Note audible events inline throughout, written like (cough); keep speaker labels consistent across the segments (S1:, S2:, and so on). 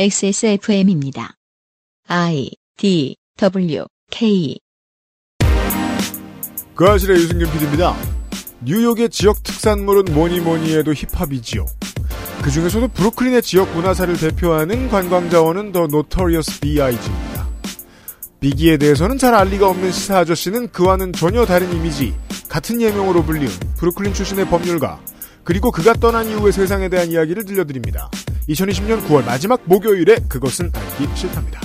S1: XSFM입니다. I D W K
S2: 그 아실의 유승균 PD입니다. 뉴욕의 지역 특산물은 뭐니 뭐니 해도 힙합이지요. 그 중에서도 브루클린의 지역 문화사를 대표하는 관광자원은 더 노토리어스 B.I.G.입니다. 비기에 대해서는 잘 알리가 없는 시사 아저씨는 그와는 전혀 다른 이미지, 같은 예명으로 불리운 브루클린 출신의 법률가, 그리고 그가 떠난 이후의 세상에 대한 이야기를 들려드립니다. 2020년 9월 마지막 목요일에 그것은 알기 싫답니다.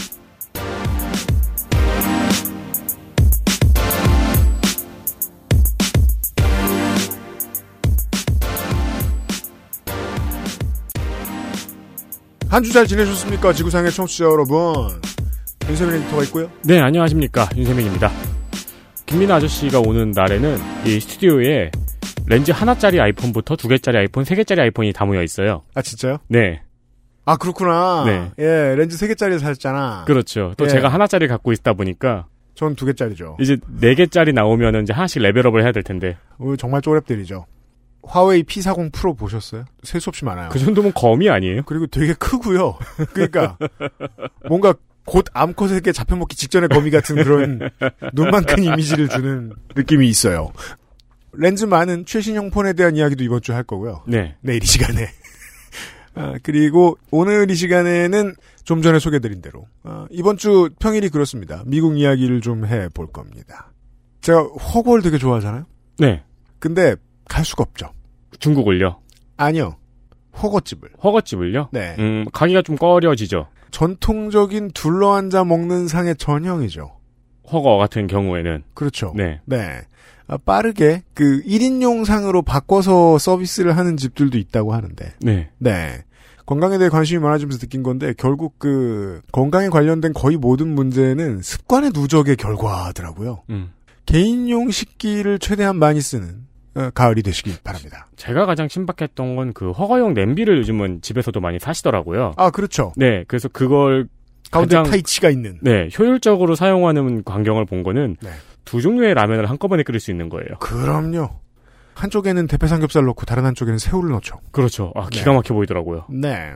S2: 한 주 잘 지내셨습니까? 지구상의 청취자 여러분. 윤세민 에디터가 있고요.
S3: 네, 안녕하십니까. 윤세민입니다. 김민아 아저씨가 오는 날에는 이 스튜디오에 렌즈 하나짜리 아이폰부터 두 개짜리 아이폰, 세 개짜리 아이폰이 다 모여 있어요.
S2: 아, 진짜요?
S3: 네,
S2: 아, 그렇구나.
S3: 네.
S2: 예, 렌즈 3개짜리 샀잖아.
S3: 그렇죠. 또
S2: 예.
S3: 제가 하나짜리 갖고 있다 보니까
S2: 전 2개짜리죠.
S3: 이제 네 개짜리 나오면은 이제 하나씩 레벨업을 해야 될 텐데
S2: 어, 정말 쪼랩들이죠. 화웨이 P40 프로 보셨어요? 셀 수 없이 많아요.
S3: 그 정도면 거미 아니에요?
S2: 그리고 되게 크고요. (laughs) 그러니까 뭔가 곧 암컷에게 잡혀먹기 직전의 거미 같은 그런
S3: (laughs)
S2: 눈만 큰 이미지를 주는 느낌이 있어요. 렌즈 많은 최신형 폰에 대한 이야기도 이번 주에 할 거고요.
S3: 네,
S2: 내일 이 시간에. (laughs) 아, 그리고 오늘 이 시간에는 좀 전에 소개드린 대로 아, 이번 주 평일이 그렇습니다. 미국 이야기를 좀 해 볼 겁니다. 제가 허골 되게 좋아하잖아요.
S3: 네.
S2: 근데 갈 수가 없죠.
S3: 중국을요.
S2: 아니요. 허거집을.
S3: 허거집을요.
S2: 네.
S3: 음, 가기가 좀 꺼려지죠.
S2: 전통적인 둘러앉아 먹는 상의 전형이죠.
S3: 허거 같은 경우에는
S2: 그렇죠.
S3: 네,
S2: 네. 아, 빠르게 그 1인용 상으로 바꿔서 서비스를 하는 집들도 있다고 하는데.
S3: 네,
S2: 네. 건강에 대해 관심이 많아지면서 느낀 건데 결국 그 건강에 관련된 거의 모든 문제는 습관의 누적의 결과더라고요.
S3: 음.
S2: 개인용 식기를 최대한 많이 쓰는 어, 가을이 되시길 바랍니다.
S3: 제가 가장 신박했던 건 그 허거용 냄비를 요즘은 집에서도 많이 사시더라고요.
S2: 아 그렇죠.
S3: 네, 그래서 그걸
S2: 가운데
S3: 가장-
S2: 타이치가 있는.
S3: 네, 효율적으로 사용하는 광경을 본 거는
S2: 네.
S3: 두 종류의 라면을 한꺼번에 끓일 수 있는 거예요.
S2: 그럼요. 한쪽에는 대패 삼겹살 넣고 다른 한쪽에는 새우를 넣죠.
S3: 그렇죠. 아,
S2: 네.
S3: 기가 막혀 보이더라고요.
S2: 네.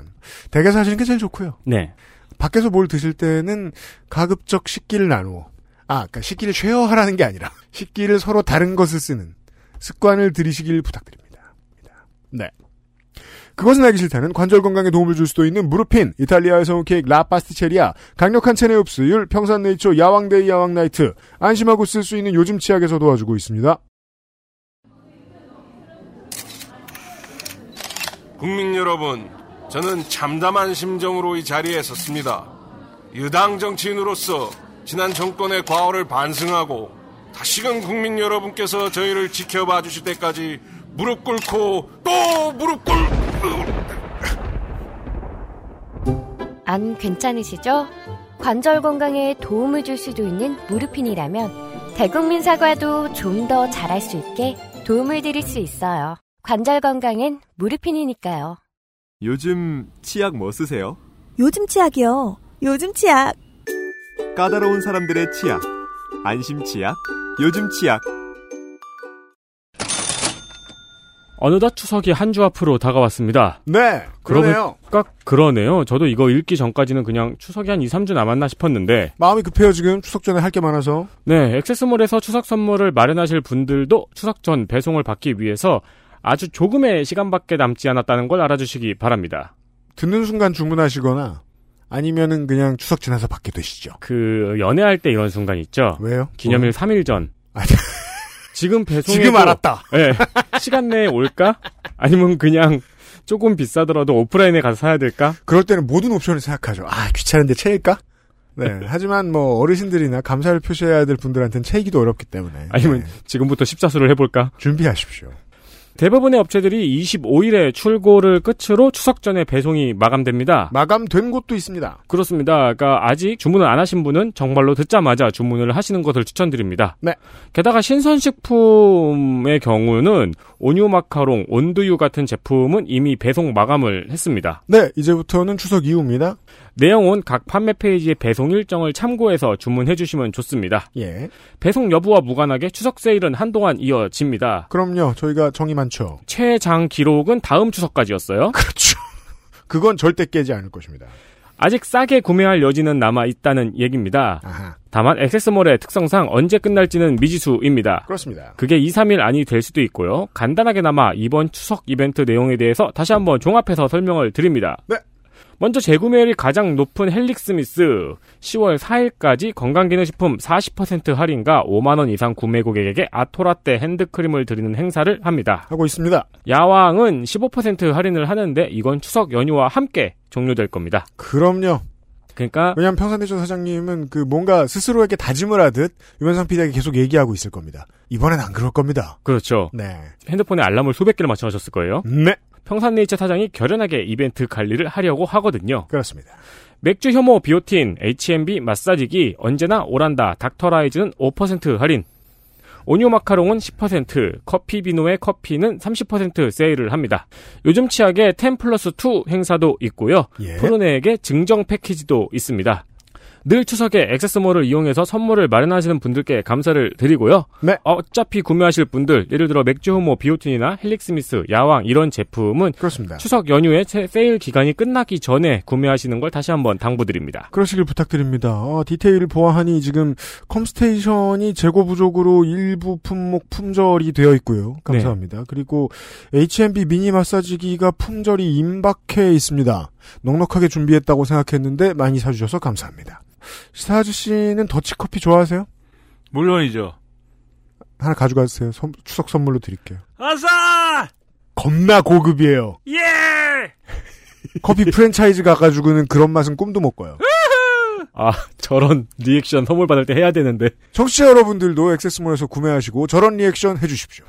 S2: 댁에서 하시는 게 제일 좋고요.
S3: 네.
S2: 밖에서 뭘 드실 때는 가급적 식기를 나누어. 아, 그러니까 식기를 쉐어하라는 게 아니라 (laughs) 식기를 서로 다른 것을 쓰는 습관을 들이시길 부탁드립니다. 네. 그것은 알기 싫다는 관절 건강에 도움을 줄 수도 있는 무르핀, 이탈리아에서 온 케이크 라파스티체리아, 강력한 체내 흡수율, 평산네이처 야왕데이 야왕나이트, 안심하고 쓸 수 있는 요즘 치약에서 도와주고 있습니다.
S4: 국민 여러분, 저는 참담한 심정으로 이 자리에 섰습니다. 유당 정치인으로서 지난 정권의 과오를 반성하고 다시금 국민 여러분께서 저희를 지켜봐 주실 때까지 무릎 꿇고 또 무릎 꿇고
S5: 안 괜찮으시죠? 관절 건강에 도움을 줄 수도 있는 무르핀이라면 대국민 사과도 좀 더 잘할 수 있게 도움을 드릴 수 있어요. 관절 건강엔 무르핀이니까요.
S6: 요즘 치약 뭐 쓰세요?
S7: 요즘 치약이요. 요즘 치약.
S6: 까다로운 사람들의 치약. 안심 치약, 요즘 치약.
S3: 어느덧 추석이 한 주 앞으로 다가왔습니다.
S2: 네. 그러네요.
S3: 그러니까 그러네요. 저도 이거 읽기 전까지는 그냥 추석이 한 2, 3주 남았나 싶었는데
S2: 마음이 급해요, 지금. 추석 전에 할 게 많아서.
S3: 네, 액세스몰에서 추석 선물을 마련하실 분들도 추석 전 배송을 받기 위해서 아주 조금의 시간밖에 남지 않았다는 걸 알아주시기 바랍니다.
S2: 듣는 순간 주문하시거나 아니면은 그냥 추석 지나서 받게 되시죠.
S3: 그 연애할 때 이런 순간 있죠.
S2: 왜요?
S3: 기념일 3일 전.
S2: 아,
S3: 어? 네. 지금 배송해도
S2: 지금 알았다.
S3: 예. 시간 내에 올까? 아니면 그냥 조금 비싸더라도 오프라인에 가서 사야 될까?
S2: 그럴 때는 모든 옵션을 생각하죠. 아 귀찮은데 채일까? (laughs) 네. 하지만 뭐 어르신들이나 감사를 표시해야 될 분들한테는 채이기도 어렵기 때문에
S3: 아니면
S2: 네,
S3: 지금부터 십사수를 해볼까?
S2: 준비하십시오.
S3: 대부분의 업체들이 25일에 출고를 끝으로 추석 전에 배송이 마감됩니다.
S2: 마감된 곳도 있습니다.
S3: 그렇습니다. 그러니까 아직 주문을 안 하신 분은 정말로 듣자마자 주문을 하시는 것을 추천드립니다.
S2: 네.
S3: 게다가 신선식품의 경우는 온유 마카롱, 온두유 같은 제품은 이미 배송 마감을 했습니다.
S2: 네. 이제부터는 추석 이후입니다.
S3: 내용은 각 판매 페이지의 배송 일정을 참고해서 주문해 주시면 좋습니다.
S2: 예.
S3: 배송 여부와 무관하게 추석 세일은 한동안 이어집니다.
S2: 그럼요. 저희가 정이 많죠.
S3: 최장 기록은 다음 추석까지였어요.
S2: 그렇죠. 그건 절대 깨지 않을 것입니다.
S3: 아직 싸게 구매할 여지는 남아 있다는 얘기입니다.
S2: 아하,
S3: 다만 액세스몰의 특성상 언제 끝날지는 미지수입니다.
S2: 그렇습니다.
S3: 그게 2, 3일 안이 될 수도 있고요. 간단하게나마 이번 추석 이벤트 내용에 대해서 다시 한번 종합해서 설명을 드립니다.
S2: 네.
S3: 먼저 재구매율이 가장 높은 헬릭스미스 10월 4일까지 건강기능식품 40% 할인과 5만원 이상 구매 고객에게 아토라떼 핸드크림을 드리는 행사를 합니다.
S2: 하고 있습니다.
S3: 야왕은 15% 할인을 하는데 이건 추석 연휴와 함께 종료될 겁니다.
S2: 그럼요.
S3: 그러니까
S2: 왜냐하면 평산대전 사장님은 그 뭔가 스스로에게 다짐을 하듯 유면상 PD에게 계속 얘기하고 있을 겁니다. 이번엔 안 그럴 겁니다.
S3: 그렇죠.
S2: 네.
S3: 핸드폰에 알람을 수백 개를 맞춰놓으셨을 거예요.
S2: 네.
S3: 평산네이처 사장이 결연하게 이벤트 관리를 하려고 하거든요.
S2: 그렇습니다.
S3: 맥주 혐오 비오틴, H&B 마사지기, 언제나 오란다, 닥터라이즈는 5% 할인. 오뉴 마카롱은 10%, 커피 비누의 커피는 30% 세일을 합니다. 요즘 치약에 10 플러스 2 행사도 있고요.
S2: 예.
S3: 푸르네에게 증정 패키지도 있습니다. 늘 추석에 액세스몰을 이용해서 선물을 마련하시는 분들께 감사를 드리고요.
S2: 네.
S3: 어차피 구매하실 분들, 예를 들어 맥주 혐오 비오틴이나 헬릭스미스, 야왕 이런 제품은
S2: 그렇습니다.
S3: 추석 연휴에 세- 세일 기간이 끝나기 전에 구매하시는 걸 다시 한번 당부드립니다.
S2: 그러시길 부탁드립니다. 아, 디테일을 보아하니 지금 컴스테이션이 재고 부족으로 일부 품목 품절이 되어
S8: 네.
S2: 있고요. 감사합니다. 그리고 H&B 미니 마사지기가 품절이 임박해 있습니다. 넉넉하게 준비했다고 생각했는데 많이 사주셔서 감사합니다. 시사 아저씨는 더치커피 좋아하세요?
S8: 물론이죠.
S2: 하나 가져가세요. 선- 추석 선물로 드릴게요.
S8: 아싸!
S2: 겁나 고급이에요.
S8: 예!
S2: (laughs) 커피 프랜차이즈 가가지고는 그런 맛은 꿈도 못 꿔요.
S3: 아, (laughs) 저런 리액션 선물 받을 때 해야 되는데.
S2: 청취자 여러분들도 액세스몰에서 구매하시고 저런 리액션 해주십시오.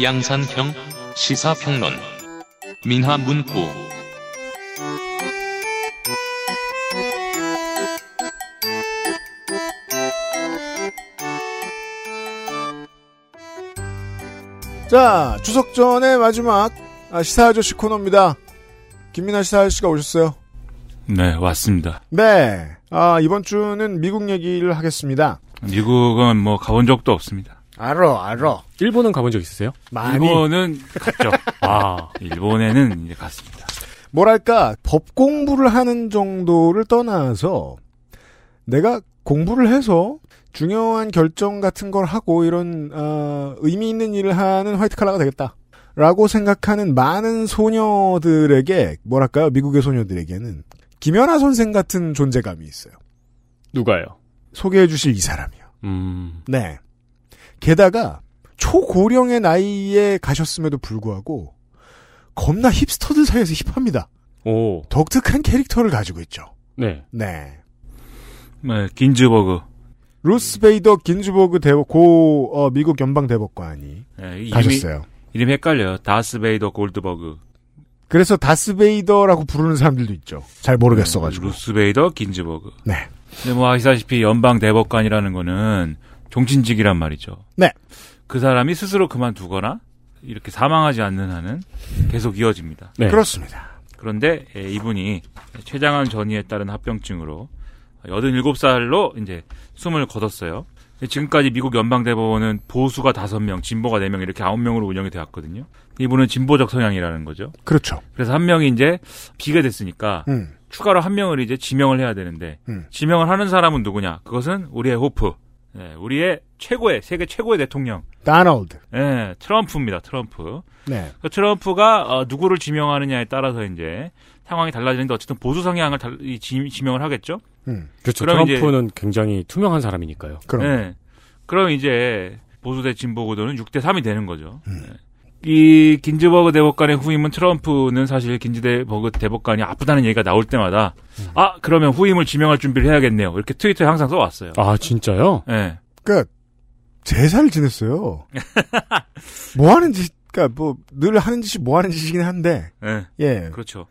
S9: 양산형 시사평론 민하문구
S2: 자, 추석 전의 마지막 아, 시사 아저씨 코너입니다. 김민아 시사 아저씨가 오셨어요.
S8: 네, 왔습니다.
S2: 네. 아, 이번 주는 미국 얘기를 하겠습니다.
S8: 미국은 뭐 가본 적도 없습니다.
S2: 알어, 알어.
S3: 일본은 가본 적 있으세요?
S2: 많이.
S8: 일본은 갔죠.
S3: 아,
S8: 일본에는 이제 갔습니다.
S2: 뭐랄까, 법 공부를 하는 정도를 떠나서 내가 공부를 해서 중요한 결정 같은 걸 하고 이런, 아, 의미 있는 일을 하는 화이트 칼라가 되겠다. 라고 생각하는 많은 소녀들에게, 뭐랄까요, 미국의 소녀들에게는 김연아 선생 같은 존재감이 있어요.
S3: 누가요?
S2: 소개해 주실 이 사람이요.
S3: 음,
S2: 네. 게다가 초고령의 나이에 가셨음에도 불구하고 겁나 힙스터들 사이에서 힙합니다.
S3: 오,
S2: 독특한 캐릭터를 가지고 있죠.
S3: 네.
S2: 네.
S8: 네, 긴즈버그.
S2: 루스 베이더 긴즈버그 대법, 고 어, 미국 연방 대법관이
S8: 네, 이름이,
S2: 가셨어요.
S8: 이름 헷갈려요. 다스베이더 골드버그.
S2: 그래서 다스 베이더라고 부르는 사람들도 있죠. 잘 모르겠어가지고.
S8: 네, 루스베이더 긴즈버그.
S2: 네.
S8: 근데 뭐 아시다시피 연방 대법관이라는 거는 종신직이란 말이죠.
S2: 네.
S8: 그 사람이 스스로 그만두거나 이렇게 사망하지 않는 한은 계속 이어집니다.
S3: 네.
S2: 그렇습니다.
S8: 그런데 예, 이분이 췌장암 전이에 따른 합병증으로 87살로 이제 숨을 거뒀어요. 근데 지금까지 미국 연방대법원은 보수가 5명, 진보가 4명 이렇게 9명으로 운영이 되었거든요. 이분은 진보적 성향이라는 거죠.
S2: 그렇죠.
S8: 그래서 한 명이 이제 비게 됐으니까
S2: 음.
S8: 추가로 한 명을 이제 지명을 해야 되는데
S2: 음.
S8: 지명을 하는 사람은 누구냐? 그것은 우리의 호프, 예, 우리의 최고의 세계 최고의 대통령,
S2: 다널드.
S8: 예, 트럼프입니다. 트럼프.
S2: 네.
S8: 그 트럼프가 어, 누구를 지명하느냐에 따라서 이제 상황이 달라지는데 어쨌든 보수 성향을 달- 이 지, 지명을 하겠죠.
S2: 음.
S3: 그렇죠.
S8: 그럼 이제-
S3: 트럼프는 굉장히 투명한 사람이니까요.
S2: 그럼.
S8: 네. 그럼 이제 보수 대 진보 구도는 6대 3이 되는 거죠. 네. 이 긴즈버그 대법관의 후임은 트럼프는 사실 긴즈버그 대법관이 아프다는 얘기가 나올 때마다 아 그러면 후임을 지명할 준비를 해야겠네요. 이렇게 트위터에 항상 써왔어요.
S3: 아, 진짜요?
S8: 네.
S2: 그니까, 제사를
S8: (laughs)
S2: 지냈어요. 뭐 하는 짓, 그니까 뭐, 늘 하는 짓이 뭐 하는 짓이긴 한데,
S8: 네.
S2: 예.
S8: 그렇죠.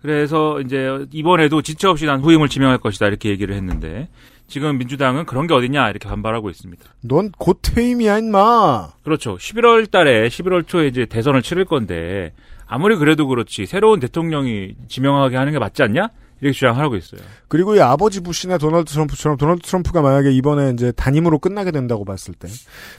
S8: 그래서 이제 이번에도 지체 없이 난 후임을 지명할 것이다 이렇게 얘기를 했는데 지금 민주당은 그런 게 어디냐 이렇게 반발하고 있습니다.
S2: 넌 곧 퇴임이야 인마.
S8: 그렇죠. 11월 달에 11월 초에 이제 대선을 치를 건데 아무리 그래도 그렇지 새로운 대통령이 지명하게 하는 게 맞지 않냐? 이렇게 주장하고 있어요.
S2: 그리고 이 아버지 부시나 도널드 트럼프처럼 도널드 트럼프가 만약에 이번에 이제 단임으로 끝나게 된다고 봤을 때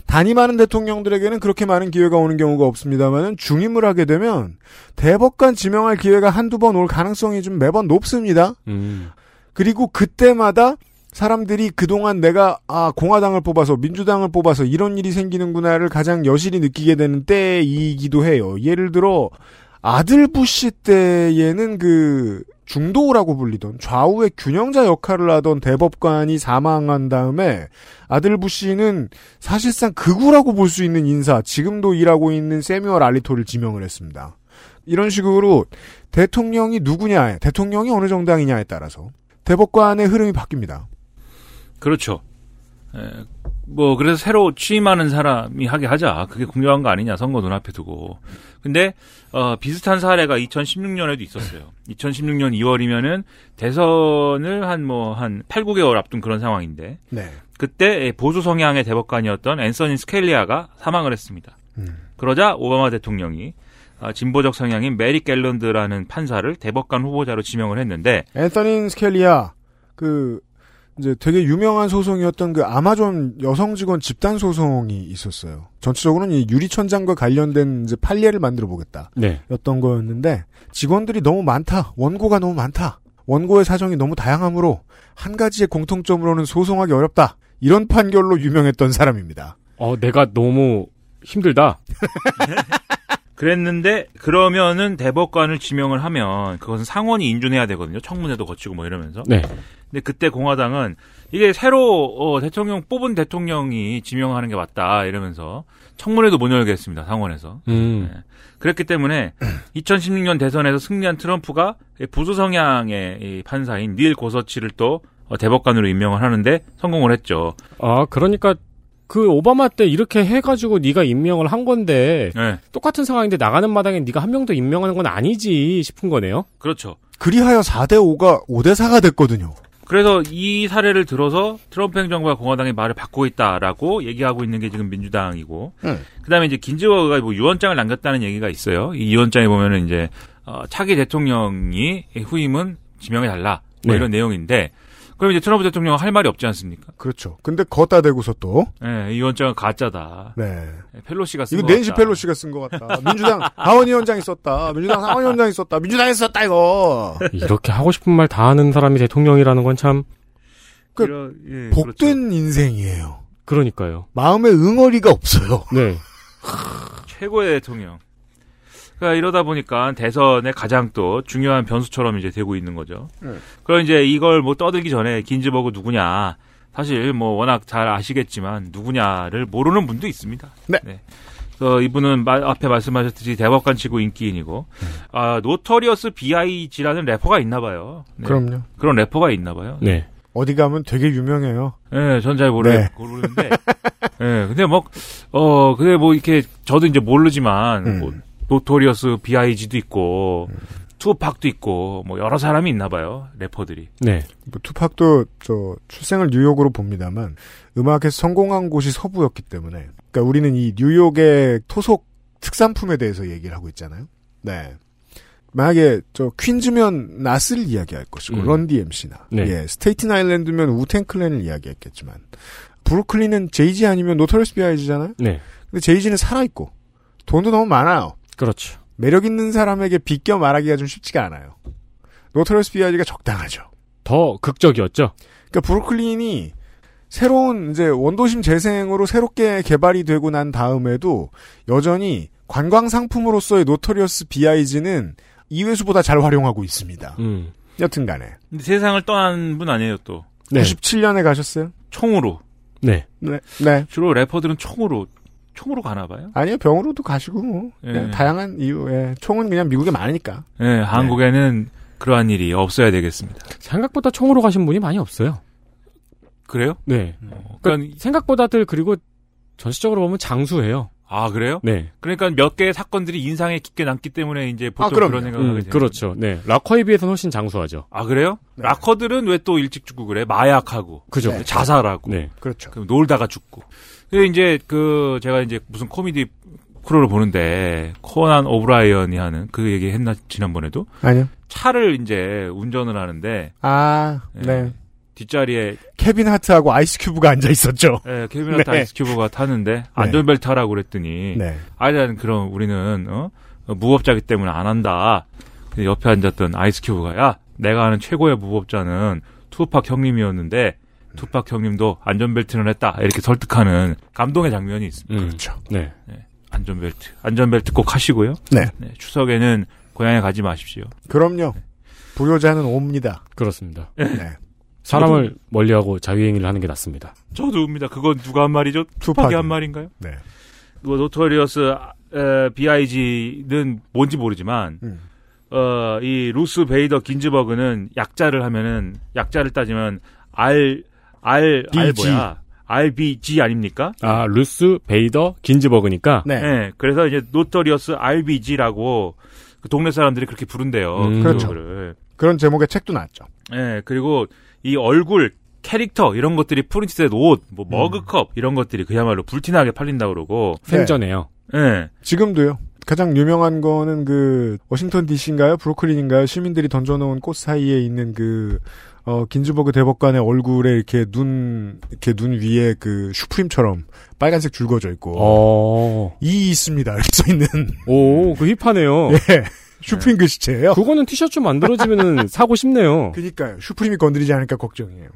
S2: 단임하는 대통령들에게는 그렇게 많은 기회가 오는 경우가 없습니다만 중임을 하게 되면 대법관 지명할 기회가 한두 번 올 가능성이 좀 매번 높습니다.
S3: 음.
S2: 그리고 그때마다 사람들이 그동안 내가 아 공화당을 뽑아서 민주당을 뽑아서 이런 일이 생기는구나를 가장 여실히 느끼게 되는 때이기도 해요. 예를 들어 아들 부시 때에는 그 중도라고 불리던 좌우의 균형자 역할을 하던 대법관이 사망한 다음에 아들 부시는 사실상 극우라고 볼 수 있는 인사, 지금도 일하고 있는 세뮤얼 알리토를 지명을 했습니다. 이런 식으로 대통령이 누구냐, 대통령이 어느 정당이냐에 따라서 대법관의 흐름이 바뀝니다.
S8: 그렇죠. 에, 뭐 그래서 새로 취임하는 사람이 하게 하자. 그게 공정한 거 아니냐. 선거 눈앞에 두고. 근데 어, 비슷한 사례가 2016년에도 있었어요. 2016년 2월이면은 대선을 한 뭐 한 8, 9개월 앞둔 그런 상황인데
S2: 네.
S8: 그때 보수 성향의 대법관이었던 앤서니 스켈리아가 사망을 했습니다. 그러자 오바마 대통령이 아, 진보적 성향인 메리 갤런드라는 판사를 대법관 후보자로 지명을 했는데
S2: 앤서닌 스켈리아 그 이제 되게 유명한 소송이었던 그 아마존 여성 직원 집단 소송이 있었어요. 전체적으로는 이 유리천장과 관련된 이제 판례를 만들어 보겠다.
S3: 네.
S2: 였던 거였는데 직원들이 너무 많다. 원고가 너무 많다. 원고의 사정이 너무 다양하므로 한 가지의 공통점으로는 소송하기 어렵다. 이런 판결로 유명했던 사람입니다.
S3: 어, 내가 너무 힘들다.
S8: 그랬는데 그러면은 대법관을 지명을 하면 그것은 상원이 인준해야 되거든요. 청문회도 거치고 뭐 이러면서.
S3: 네.
S8: 근데 그때 공화당은 이게 새로 어, 대통령 뽑은 대통령이 지명하는 게 맞다 이러면서 청문회도 못 열게 했습니다. 상원에서.
S3: 음.
S8: 그랬기 때문에 (clears throat) 2016년 대선에서 승리한 트럼프가 보수 성향의 이 판사인 닐 고서치를 또 어, 대법관으로 임명을 하는데 성공을 했죠.
S3: 아, 그러니까 그 오바마 때 이렇게 해가지고 네가 임명을 한 건데
S8: 네,
S3: 똑같은 상황인데 나가는 마당에 네가 한 명도 임명하는 건 아니지 싶은 거네요.
S8: 그렇죠.
S2: 그리하여 4대 5가 5대 4가 됐거든요.
S8: 그래서 이 사례를 들어서 트럼프 행정부와 공화당의 말을 바꾸고 있다라고 얘기하고 있는 게 지금 민주당이고
S2: 음.
S8: 그다음에 이제 긴즈버그가 뭐 유언장을 남겼다는 얘기가 있어요. 이 유언장에 보면은 이제 어, 차기 대통령이 후임은 지명해 달라 뭐
S3: 네.
S8: 이런 내용인데 그럼 이제 트럼프 대통령은 할 말이 없지 않습니까?
S2: 그렇죠. 근데 걷다 대고서 또
S8: 예, 이 유언장은 가짜다.
S2: 네.
S8: 예, 펠로시가 쓴
S2: 이거
S8: 것
S2: 낸시
S8: 같다.
S2: 펠로시가 쓴 것 같다. 민주당 하원위원장이 썼다. 민주당 상원위원장이 썼다. 민주당이 썼다 이거.
S8: 네,
S3: 이렇게 하고 싶은 말 다 하는 사람이 대통령이라는 건 참
S2: 그
S8: 이런- 예, 그렇죠.
S2: 복된 인생이에요.
S3: 그러니까요.
S2: 마음에 응어리가 없어요.
S3: 네.
S8: 최고의 대통령. 그러니까 이러다 보니까 대선의 가장 또 중요한 변수처럼 이제 되고 있는 거죠.
S2: 네.
S8: 그럼 이제 이걸 뭐 떠들기 전에 긴즈버그 누구냐. 사실 뭐 워낙 잘 아시겠지만 누구냐를 모르는 분도 있습니다.
S2: 네.
S8: 그래서 이분은 마- 앞에 말씀하셨듯이 대법관 치고 인기인이고
S2: 네.
S8: 아 노터리어스 B.I.G라는 래퍼가 있나 봐요. 네.
S2: 그럼요.
S8: 그런 래퍼가 있나 봐요.
S3: 네.
S2: 어디 가면 되게 유명해요.
S8: 예, 전 잘 모르,
S2: 네.
S8: 모르는데. 예, 근데 뭐, 어, 근데 뭐 이렇게, 저도 이제 모르지만,
S2: 음.
S8: 뭐, 노토리어스 B.I.G.도 있고, 투팍도 있고, 뭐 여러 사람이 있나 봐요, 래퍼들이.
S3: 네.
S2: 뭐 투팍도 저 출생을 뉴욕으로 봅니다만 음악에 성공한 곳이 서부였기 때문에 그러니까 우리는 이 뉴욕의 토속 특산품에 대해서 얘기를 하고 있잖아요. 네. 만약에 저 퀸즈면 나스를 이야기할 것이고
S3: 음.
S2: 런디 MC나
S3: 네.
S2: 예, 스테이튼 아일랜드면 우텐클랜을 이야기했겠지만 브루클린은 제이지 아니면 노토리스 비아이지잖아요.
S3: 네.
S2: 근데 제이지는 살아 있고 돈도 너무 많아요.
S3: 그렇죠.
S2: 매력 있는 사람에게 비껴 말하기가 좀 쉽지가 않아요. 노토리스 비아이지가 적당하죠.
S3: 더 극적이었죠.
S2: 그러니까 브루클린이 새로운 이제 원도심 재생으로 새롭게 개발이 되고 난 다음에도 여전히 관광 상품으로서의 노토리어스 비아이지는 이회수보다 잘 활용하고 있습니다.
S3: 음.
S2: 여튼간에
S8: 근데 세상을 떠난 분 아니에요, 또.
S3: 네.
S2: 97년에 가셨어요?
S8: 총으로.
S3: 네.
S2: 네. 네.
S8: 주로 래퍼들은 총으로, 총으로 가나 봐요.
S2: 아니요 병으로도 가시고 뭐
S8: 예.
S2: 네, 다양한 이유. 예. 총은 그냥 미국에 많으니까.
S8: 예, 한국에는 그러한 일이 없어야 되겠습니다.
S3: 생각보다 총으로 가신 분이 많이 없어요.
S8: 그래요?
S3: 네.
S8: 어,
S3: 그러니까
S8: 그러니까,
S3: 생각보다들 그리고 전시적으로 보면 장수해요.
S8: 아, 그래요?
S3: 네.
S8: 그러니까 몇 개의 사건들이 인상에 깊게 남기 때문에 이제 보통
S2: 그럼요.
S8: 그런 생각을 하게
S3: 음,
S8: 되는
S3: 그렇죠. 네. 락커에 비해서는 훨씬 장수하죠.
S8: 아 그래요? 락커들은 왜 또 일찍 죽고 그래? 마약하고
S3: 그죠.
S2: 네.
S8: 자살하고
S3: 네.
S2: 그렇죠.
S8: 그럼 놀다가 죽고. 근데 이제 그 제가 이제 무슨 코미디 프로를 보는데 코난 오브라이언이 하는 그 얘기 했나 지난번에도
S2: 아니요.
S8: 차를 이제 운전을 하는데
S2: 아,
S8: 예,
S2: 네.
S8: 뒷자리에
S2: 케빈 하트하고 아이스큐브가 앉아 있었죠.
S8: 예, 케빈 하트
S2: 네.
S8: 아이스큐브가 타는데 안전벨트 하라고 그랬더니
S2: 네.
S8: 아니란 그럼 우리는 어? 어, 무법자기 때문에 안 한다. 근데 옆에 앉았던 아이스큐브가 야 내가 아는 최고의 무법자는 투팍 형님이었는데 투팍 형님도 안전벨트는 했다 이렇게 설득하는 감동의 장면이 있습니다.
S2: 그렇죠.
S3: 네.
S8: 안전벨트 안전벨트 꼭 하시고요.
S2: 네.
S8: 추석에는 고향에 가지 마십시오.
S2: 그럼요. 불효자는 옵니다.
S3: 그렇습니다.
S2: 네.
S3: 사람을 멀리하고 자유행위를 하는 게 낫습니다.
S8: 저도 웁니다. 그건 누가 한 말이죠?
S2: 투팍이.
S8: 투팍이 한 말인가요? 뭐
S2: 네.
S8: 노토리어스 B.I.G.는 뭔지 모르지만
S2: 음.
S8: 어, 이 루스 베이더 긴즈버그는 약자를 하면은 약자를 따지면 R R R
S2: BG.
S8: 뭐야? RBG 아닙니까?
S3: 아, 루스, 베이더, 긴즈버그니까.
S2: 네.
S8: 예, 그래서 이제 노토리어스 RBG라고 그 동네 사람들이 그렇게 부른대요.
S3: 음.
S8: 그
S2: 그렇죠.
S8: 그거를.
S2: 그런 제목의 책도 나왔죠.
S8: 예, 그리고 이 얼굴, 캐릭터 이런 것들이 프린치셋 옷, 뭐
S2: 음.
S8: 머그컵 이런 것들이 그야말로 불티나게 팔린다 그러고.
S3: 생전에요.
S8: 예.
S2: 지금도요. 가장 유명한 거는 그 워싱턴 DC인가요? 브루클린인가요? 시민들이 던져놓은 꽃 사이에 있는 그 어, 긴즈버그 대법관의 얼굴에 이렇게 눈 이렇게 눈 위에 그 슈프림처럼 빨간색 줄 그어져 있고
S3: 어.
S2: 이 있습니다. 이렇게 써 있는
S3: 오, 그
S2: 예.
S3: 힙하네요.
S2: (laughs) 슈프림 글씨체예요.
S3: 그거는
S10: (laughs)
S3: 티셔츠 만들어지면은 사고 싶네요.
S2: 그니까요. 슈프림이 건드리지 않을까 걱정이에요.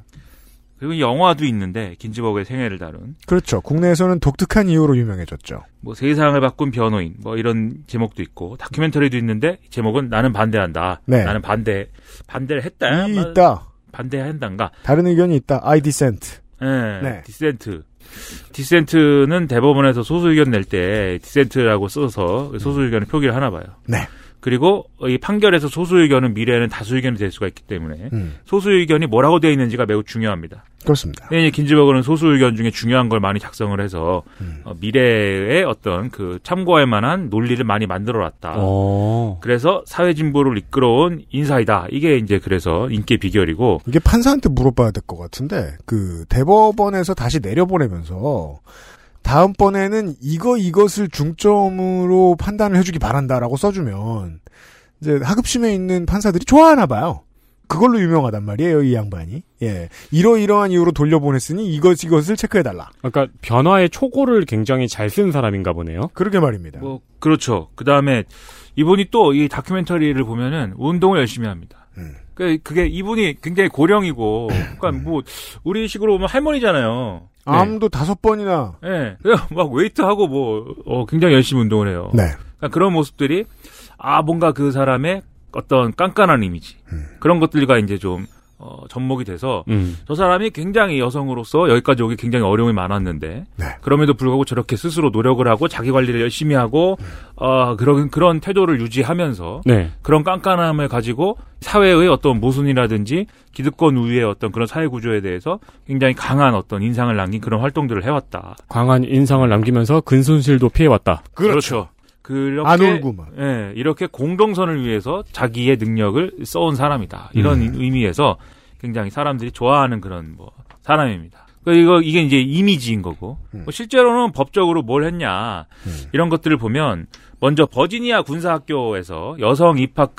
S8: 그리고 영화도 있는데 긴즈버그의 생애를 다룬
S2: 그렇죠. 국내에서는 독특한 이유로 유명해졌죠.
S8: 뭐 세상을 바꾼 변호인 뭐 이런 제목도 있고 다큐멘터리도 있는데 제목은 나는 반대한다.
S2: 네.
S8: 나는 반대 반대를 했다.
S2: 이
S8: 막
S2: 있다.
S8: 반대한단가.
S2: 다른 의견이 있다. I dissent.
S8: 예.
S2: 네.
S8: 디센트. 디센트는 대법원에서 소수 의견 낼 때 디센트라고 써서 소수 의견을 표기를 하나 봐요.
S2: 네.
S8: 그리고 이 판결에서 소수 의견은 미래에는 다수 의견이 될 수가 있기 때문에
S2: 음,
S8: 소수 의견이 뭐라고 되어 있는지가 매우 중요합니다.
S2: 그렇습니다.
S8: 근데 이제 긴즈버그는 소수 의견 중에 중요한 걸 많이 작성을 해서
S2: 음.
S8: 어, 미래의 어떤 그 참고할 만한 논리를 많이
S10: 아.
S8: 만들어놨다.
S3: 어.
S8: 그래서 사회 진보를 이끌어온 인사이다. 이게 이제 그래서 인기 의 비결이고
S2: 이게 판사한테 물어봐야 될 것 같은데 그 대법원에서 다시 내려보내면서 다음번에는 이거 이것을 중점으로 판단을 해주기 바란다라고 써주면 이제 하급심에 있는 판사들이 좋아하나 봐요. 그걸로 유명하단 말이에요 이 양반이. 예 이러이러한 이유로 돌려보냈으니 이것 이것을 체크해달라.
S3: 그러니까 변화의 초고를 굉장히 잘 쓴 사람인가 보네요.
S2: 그러게 말입니다.
S8: 뭐 그렇죠. 그 다음에 이분이 또 이 다큐멘터리를 보면은 운동을 열심히 합니다.
S2: 음.
S8: 그 그게 이분이 굉장히 고령이고 그러니까 뭐 우리 식으로 보면 할머니잖아요.
S2: 암도 다섯 번이나.
S8: 예. 그래서 (laughs) 막 웨이트 하고 뭐 어, 굉장히 열심히 운동을 해요.
S2: 네.
S8: 그러니까 그런 모습들이 아 뭔가 그 사람의 어떤 깐깐한 이미지
S2: 음.
S8: 그런 것들과 이제 좀 어, 접목이 돼서
S3: 음.
S8: 저 사람이 굉장히 여성으로서 여기까지 오기 굉장히 어려움이 많았는데
S2: 네.
S8: 그럼에도 불구하고 저렇게 스스로 노력을 하고 자기 관리를 열심히 하고 어, 그런 그런 태도를 유지하면서
S3: 네.
S8: 그런 깐깐함을 가지고 사회의 어떤 모순이라든지 기득권 우위의 어떤 그런 사회 구조에 대해서 굉장히 강한 어떤 인상을 남긴 그런 활동들을 해왔다.
S3: 강한 인상을 남기면서 근손실도 피해왔다.
S8: 그렇죠. 그렇게
S2: 안 울고만.
S8: 예, 이렇게 공동선을 위해서 자기의 능력을 써온 사람이다. 이런
S2: 네.
S8: 의미에서 굉장히 사람들이 좋아하는 그런 뭐 사람입니다. 그 이거 이게 이제 이미지인 거고
S2: 음.
S8: 뭐 실제로는 법적으로 뭘 했냐 이런 것들을 보면 먼저 버지니아 군사학교에서 여성 입학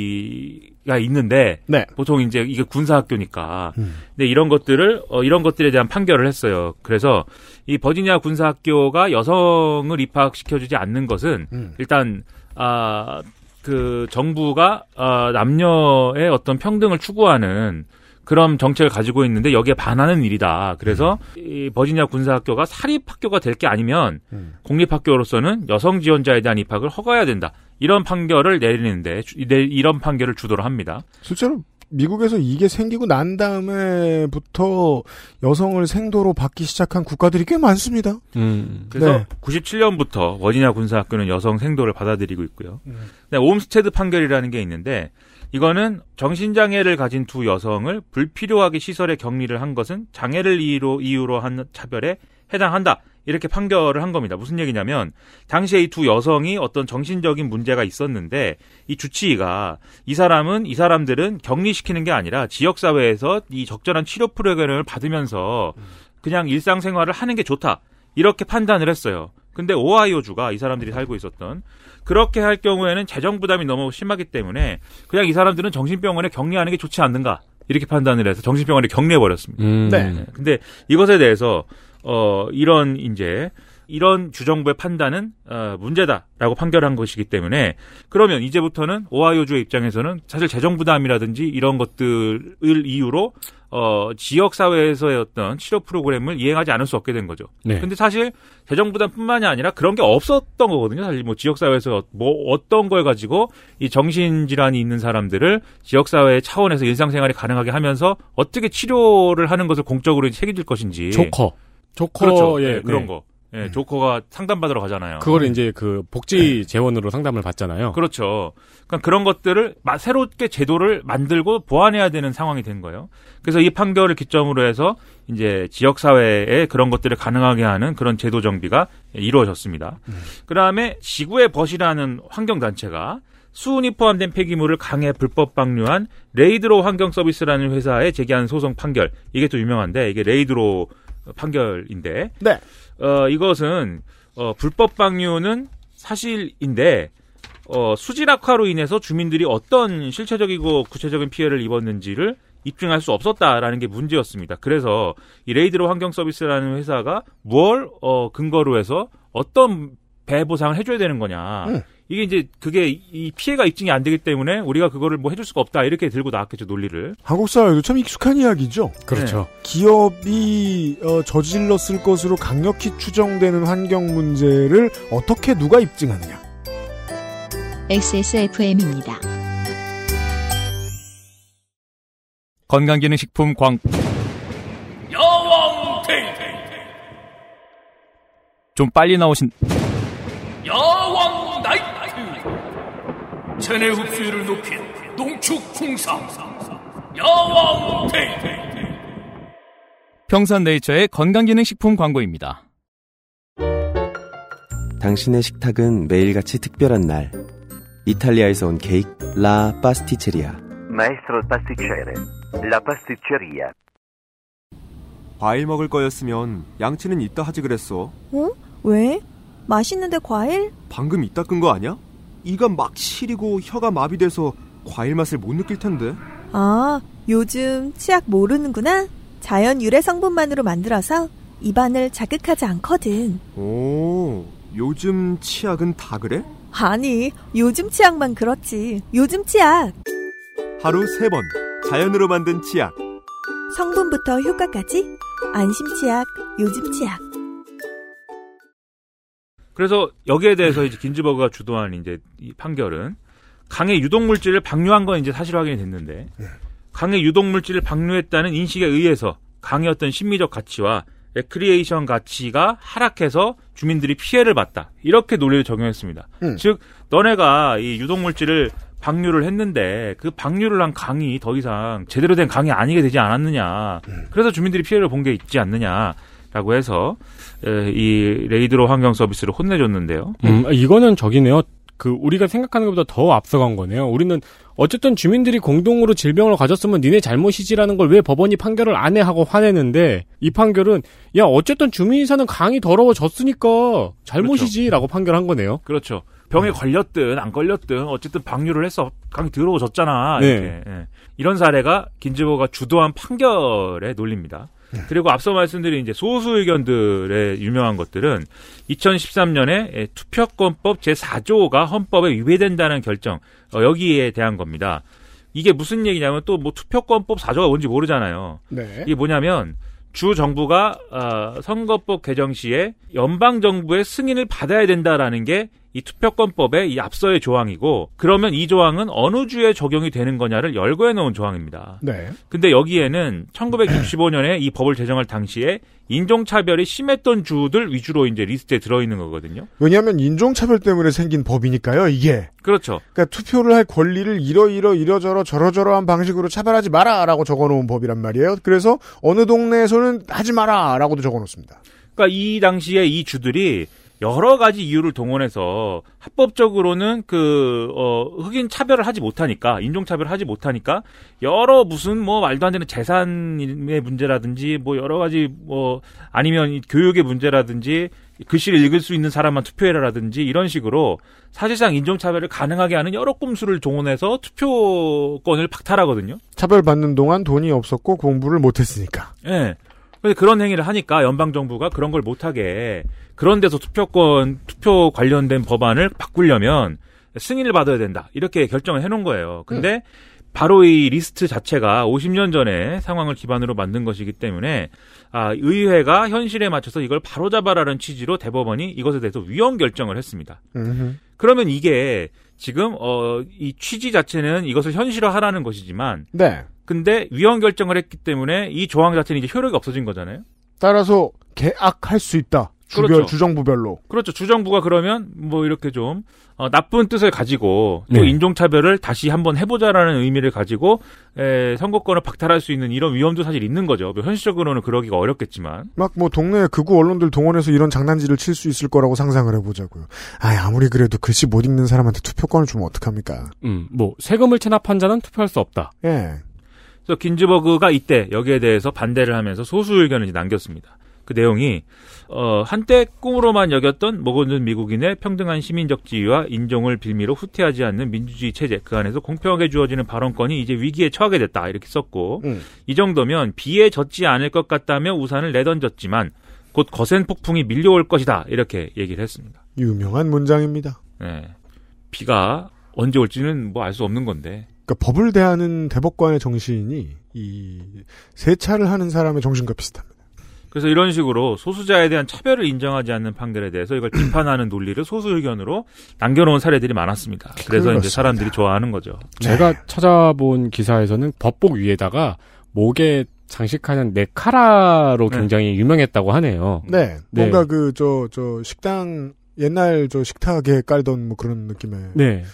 S8: 금지가 있는데
S2: 네.
S8: 보통 이제 이게 군사학교니까
S2: 음.
S8: 근데 이런 것들을 어, 이런 것들에 대한 판결을 했어요. 그래서 이 버지니아 군사학교가 여성을 입학시켜주지 않는 것은
S2: 음.
S8: 일단 아, 그 정부가 아, 남녀의 어떤 평등을 추구하는 그런 정책을 가지고 있는데 여기에 반하는 일이다. 그래서 이 버지니아 군사학교가 사립학교가 될 게 아니면
S2: 음.
S8: 공립학교로서는 여성 지원자에 대한 입학을 허가해야 된다. 이런 판결을 내리는데 주- 내- 이런 판결을 주도를 합니다.
S2: 실제로 미국에서 이게 생기고 난 다음에부터 여성을 생도로 받기 시작한 국가들이 꽤 많습니다.
S3: 음.
S8: 그래서
S2: 네.
S8: 97년부터 버지니아 군사학교는 여성 생도를 받아들이고 있고요. 네, 옴스테드 판결이라는 게 있는데 이거는 정신장애를 가진 두 여성을 불필요하게 시설에 격리를 한 것은 장애를 이유로, 이유로 한 차별에 해당한다. 이렇게 판결을 한 겁니다. 무슨 얘기냐면 당시에 이 두 여성이 어떤 정신적인 문제가 있었는데 이 주치의가 이 사람은 이 사람들은 격리시키는 게 아니라 지역 사회에서 이 적절한 치료 프로그램을 받으면서 그냥 일상생활을 하는 게 좋다. 이렇게 판단을 했어요. 근데 오하이오주가 이 사람들이 살고 있었던 그렇게 할 경우에는 재정 부담이 너무 심하기 때문에 그냥 이 사람들은 정신병원에 격리하는 게 좋지 않는가 이렇게 판단을 해서 정신병원에 격리해 버렸습니다.
S2: 네.
S8: 근데 이것에 대해서 어 이런 이제 이런 주정부의 판단은 어, 문제다라고 판결한 것이기 때문에 그러면 이제부터는 오하이오주의 입장에서는 사실 재정 부담이라든지 이런 것들을 이유로 어 지역 사회에서의 어떤 치료 프로그램을 이행하지 않을 수 없게 된 거죠.
S3: 네.
S8: 근데 사실 재정 부담뿐만이 아니라 그런 게 없었던 거거든요. 사실 뭐 지역 사회에서 뭐 어떤 걸 가지고 이 정신 질환이 있는 사람들을 지역 사회 차원에서 일상생활이 가능하게 하면서 어떻게 치료를 하는 것을 공적으로 책임질 것인지
S3: 조커. 조커
S8: 그렇죠.
S3: 예,
S8: 예, 그런
S3: 네.
S8: 거. 예, 조커가 상담받으러 가잖아요.
S3: 그걸
S10: 음.
S3: 이제 그
S10: 네.
S3: 복지 재원으로 상담을 받잖아요.
S8: 그렇죠. 그러니까 그런 것들을 마- 새롭게 제도를 만들고 보완해야 되는 상황이 된 거예요. 그래서 이 판결을 기점으로 해서 이제 지역 사회에 그런 것들을 가능하게 하는 그런 제도 정비가 이루어졌습니다. 그다음에 지구의 벗이라는 환경 단체가 수은이 포함된 폐기물을 강해 불법 방류한 레이드로 환경 서비스라는 회사에 제기한 소송 판결 이게 또 유명한데 이게 레이드로 판결인데
S2: 네.
S8: 어, 이것은 어, 불법 방류는 사실인데 어, 수질 악화로 인해서 주민들이 어떤 실체적이고 구체적인 피해를 입었는지를 입증할 수 없었다라는 게 문제였습니다. 그래서 이 레이드로 환경 서비스라는 회사가 뭘 어, 근거로 해서 어떤 배 보상을 해줘야 되는 거냐. 이게 이제 그게 이 피해가 입증이 안 되기 때문에 우리가 그거를 뭐 해줄 수가 없다 이렇게 들고 나왔겠죠 논리를.
S2: 한국 사회도 참 익숙한 이야기죠.
S3: 그렇죠.
S2: 기업이 어, 저질렀을 것으로 강력히 추정되는 환경 문제를 어떻게 누가 입증하느냐.
S1: XSFM입니다.
S10: 건강기능식품 광
S4: 여왕 테이테
S10: 좀 빨리 나오신
S4: 여왕 나이트 체내 흡수율을 높인 농축 풍상 여왕 테이테
S10: 평산네이처의 건강기능식품 광고입니다.
S11: 당신의 식탁은 매일같이 특별한 날. 이탈리아에서 온 케이크 라 파스티체리아.
S12: Maestro pasticcere. La pasticceria.
S6: 과일 먹을 거였으면 양치는 이따 하지 그랬어.
S7: 어? 왜? 맛있는데 과일?
S6: 방금 이따 끈 거 아니야? 이가 막 시리고 혀가 마비돼서 과일 맛을 못 느낄 텐데.
S7: 아, 요즘 치약 모르는구나. 자연 유래 성분만으로 만들어서 입안을 자극하지 않거든.
S6: 오, 요즘 치약은 다 그래?
S7: 아니, 요즘 치약만 그렇지. 요즘 치약.
S6: 하루 세 번 자연으로 만든 치약.
S7: 성분부터 효과까지. 안심 치약, 요즘 치약.
S8: 그래서 여기에 대해서 이제 긴즈버그가 주도한 이제 이 판결은 강의 유독 물질을 방류한 건 이제 사실 확인이 됐는데 강의 유독 물질을 방류했다는 인식에 의해서 강의 어떤 심리적 가치와 레크리에이션 가치가 하락해서 주민들이 피해를 봤다 이렇게 논리를 적용했습니다.
S2: 음.
S8: 즉 너네가 이 유독 물질을 방류를 했는데 그 방류를 한 강이 더 이상 제대로 된 강이 아니게 되지 않았느냐. 그래서 주민들이 피해를 본 게 있지 않느냐라고 해서 에, 예, 이 레이드로 환경 서비스를 혼내줬는데요.
S3: 음, 이거는 저기네요. 그 우리가 생각하는 것보다 더 앞서간 거네요. 우리는 어쨌든 주민들이 공동으로 질병을 가졌으면 니네 잘못이지라는 걸 왜 법원이 판결을 안 해 하고 화내는데 이 판결은 야 어쨌든 주민이사는 강이 더러워졌으니까 잘못이지라고 판결한 거네요.
S8: 그렇죠. 병에 걸렸든 안 걸렸든 어쨌든 방류를 해서 강이 들어오졌잖아.
S3: 네.
S8: 이렇게. 예. 이런 사례가 긴즈버가 주도한 판결의 논리입니다. 그리고 앞서 말씀드린 이제 소수 의견들의 유명한 것들은 2013년에 예, 투표권법 제4조가 헌법에 위배된다는 결정 어, 여기에 대한 겁니다. 이게 무슨 얘기냐면 또 뭐 투표권법 4조가 뭔지 모르잖아요.
S2: 네.
S8: 이게 뭐냐면 주 정부가 어, 선거법 개정 시에 연방 정부의 승인을 받아야 된다라는 게 이 투표권법의 이 앞서의 조항이고 그러면 이 조항은 어느 주에 적용이 되는 거냐를 열거해 놓은 조항입니다.
S2: 네.
S8: 근데 여기에는 1965년에 이 법을 제정할 당시에 인종차별이 심했던 주들 위주로 이제 리스트에 들어 있는 거거든요.
S2: 왜냐하면 인종차별 때문에 생긴 법이니까요. 이게.
S8: 그렇죠.
S2: 그러니까 투표를 할 권리를 이러이러 이러저러 저러저러한 방식으로 차별하지 마라라고 적어놓은 법이란 말이에요. 그래서 어느 동네에서는 하지 마라라고도 적어놓습니다.
S8: 그러니까 이 당시에 이 주들이 여러 가지 이유를 동원해서 합법적으로는 그, 어, 흑인 차별을 하지 못하니까, 인종차별을 하지 못하니까, 여러 무슨 뭐 말도 안 되는 재산의 문제라든지, 뭐 여러 가지 뭐, 아니면 이 교육의 문제라든지, 글씨를 읽을 수 있는 사람만 투표해라라든지, 이런 식으로 사실상 인종차별을 가능하게 하는 여러 꼼수를 동원해서 투표권을 박탈하거든요.
S2: 차별받는 동안 돈이 없었고 공부를 못했으니까.
S8: 예. 근데 그런 행위를 하니까 연방 정부가 그런 걸 못하게 그런 데서 투표권 투표 관련된 법안을 바꾸려면 승인을 받아야 된다 이렇게 결정을 해놓은 거예요. 근데 바로 이 리스트 자체가 50년 전에 상황을 기반으로 만든 것이기 때문에 아, 의회가 현실에 맞춰서 이걸 바로잡아라는 취지로 대법원이 이것에 대해서 위헌 결정을 했습니다. 그러면 이게 지금 어, 이 취지 자체는 이것을 현실화하라는 것이지만
S2: 네.
S8: 근데 위헌 결정을 했기 때문에 이 조항 자체는 이제 효력이 없어진 거잖아요.
S2: 따라서 계약할 수 있다. 주별
S8: 그렇죠.
S2: 주정부별로.
S8: 그렇죠. 주정부가 그러면 뭐 이렇게 좀 어, 나쁜 뜻을 가지고 또
S2: 네.
S8: 인종차별을 다시 한번 해보자라는 의미를 가지고 에, 선거권을 박탈할 수 있는 이런 위험도 사실 있는 거죠. 뭐 현실적으로는 그러기가 어렵겠지만
S2: 막 뭐 동네 극우 언론들 동원해서 이런 장난질을 칠 수 있을 거라고 상상을 해보자고요. 아 아무리 그래도 글씨 못 읽는 사람한테 투표권을 주면 어떡합니까?
S3: 음, 뭐 세금을 체납한 자는 투표할 수 없다.
S2: 예.
S8: 그래서 긴즈버그가 이때 여기에 대해서 반대를 하면서 소수 의견을 이제 남겼습니다. 그 내용이 어, 한때 꿈으로만 여겼던 먹어준 미국인의 평등한 시민적 지위와 인종을 빌미로 후퇴하지 않는 민주주의 체제 그 안에서 공평하게 주어지는 발언권이 이제 위기에 처하게 됐다 이렇게 썼고 이 정도면 비에 젖지 않을 것 같다며 우산을 내던졌지만 곧 거센 폭풍이 밀려올 것이다 이렇게 얘기를 했습니다.
S2: 유명한 문장입니다.
S8: 네. 비가 언제 올지는 뭐 알 수 없는 건데
S2: 그러니까 법을 대하는 대법관의 정신이 이 세차를 하는 사람의 정신과 비슷합니다.
S8: 그래서 이런 식으로 소수자에 대한 차별을 인정하지 않는 판결에 대해서 이걸 비판하는 논리를 소수 의견으로 남겨놓은 사례들이 많았습니다. 그래서
S3: 그렇습니다.
S8: 이제 사람들이 좋아하는 거죠.
S3: 제가 찾아본 기사에서는 법복 위에다가 목에 장식하는 네카라로 굉장히 유명했다고 하네요.
S2: 네.
S3: 네.
S2: 뭔가 그 저 저 식당 옛날 저 식탁에 깔던 뭐 그런 느낌의.
S3: 네.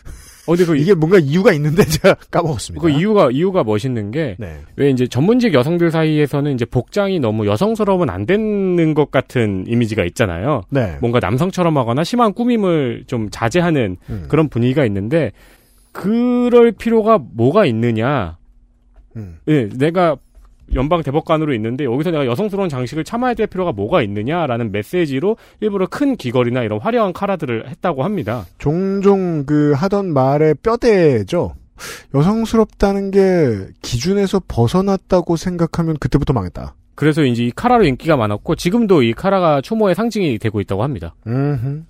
S3: 어디 그
S2: 이게 뭔가 이유가 있는데 제가 (laughs) 까먹었습니다.
S3: 그 이유가 이유가 멋있는 게 왜
S2: 네.
S3: 이제 전문직 여성들 사이에서는 이제 복장이 너무 여성스러우면 안 되는 것 같은 이미지가 있잖아요.
S2: 네.
S3: 뭔가 남성처럼 하거나 심한 꾸밈을 좀 자제하는
S2: 음.
S3: 그런 분위기가 있는데 그럴 필요가 뭐가 있느냐?
S2: 음.
S3: 예, 내가 연방 대법관으로 있는데 여기서 내가 여성스러운 장식을 참아야 될 필요가 뭐가 있느냐라는 메시지로 일부러 큰 귀걸이나 이런 화려한 카라들을 했다고 합니다.
S2: 종종 그 하던 말의 뼈대죠. 여성스럽다는 게 기준에서 벗어났다고 생각하면 그때부터 망했다.
S3: 그래서 이제 이 카라로 인기가 많았고 지금도 이 카라가 추모의 상징이 되고 있다고 합니다.
S2: 음.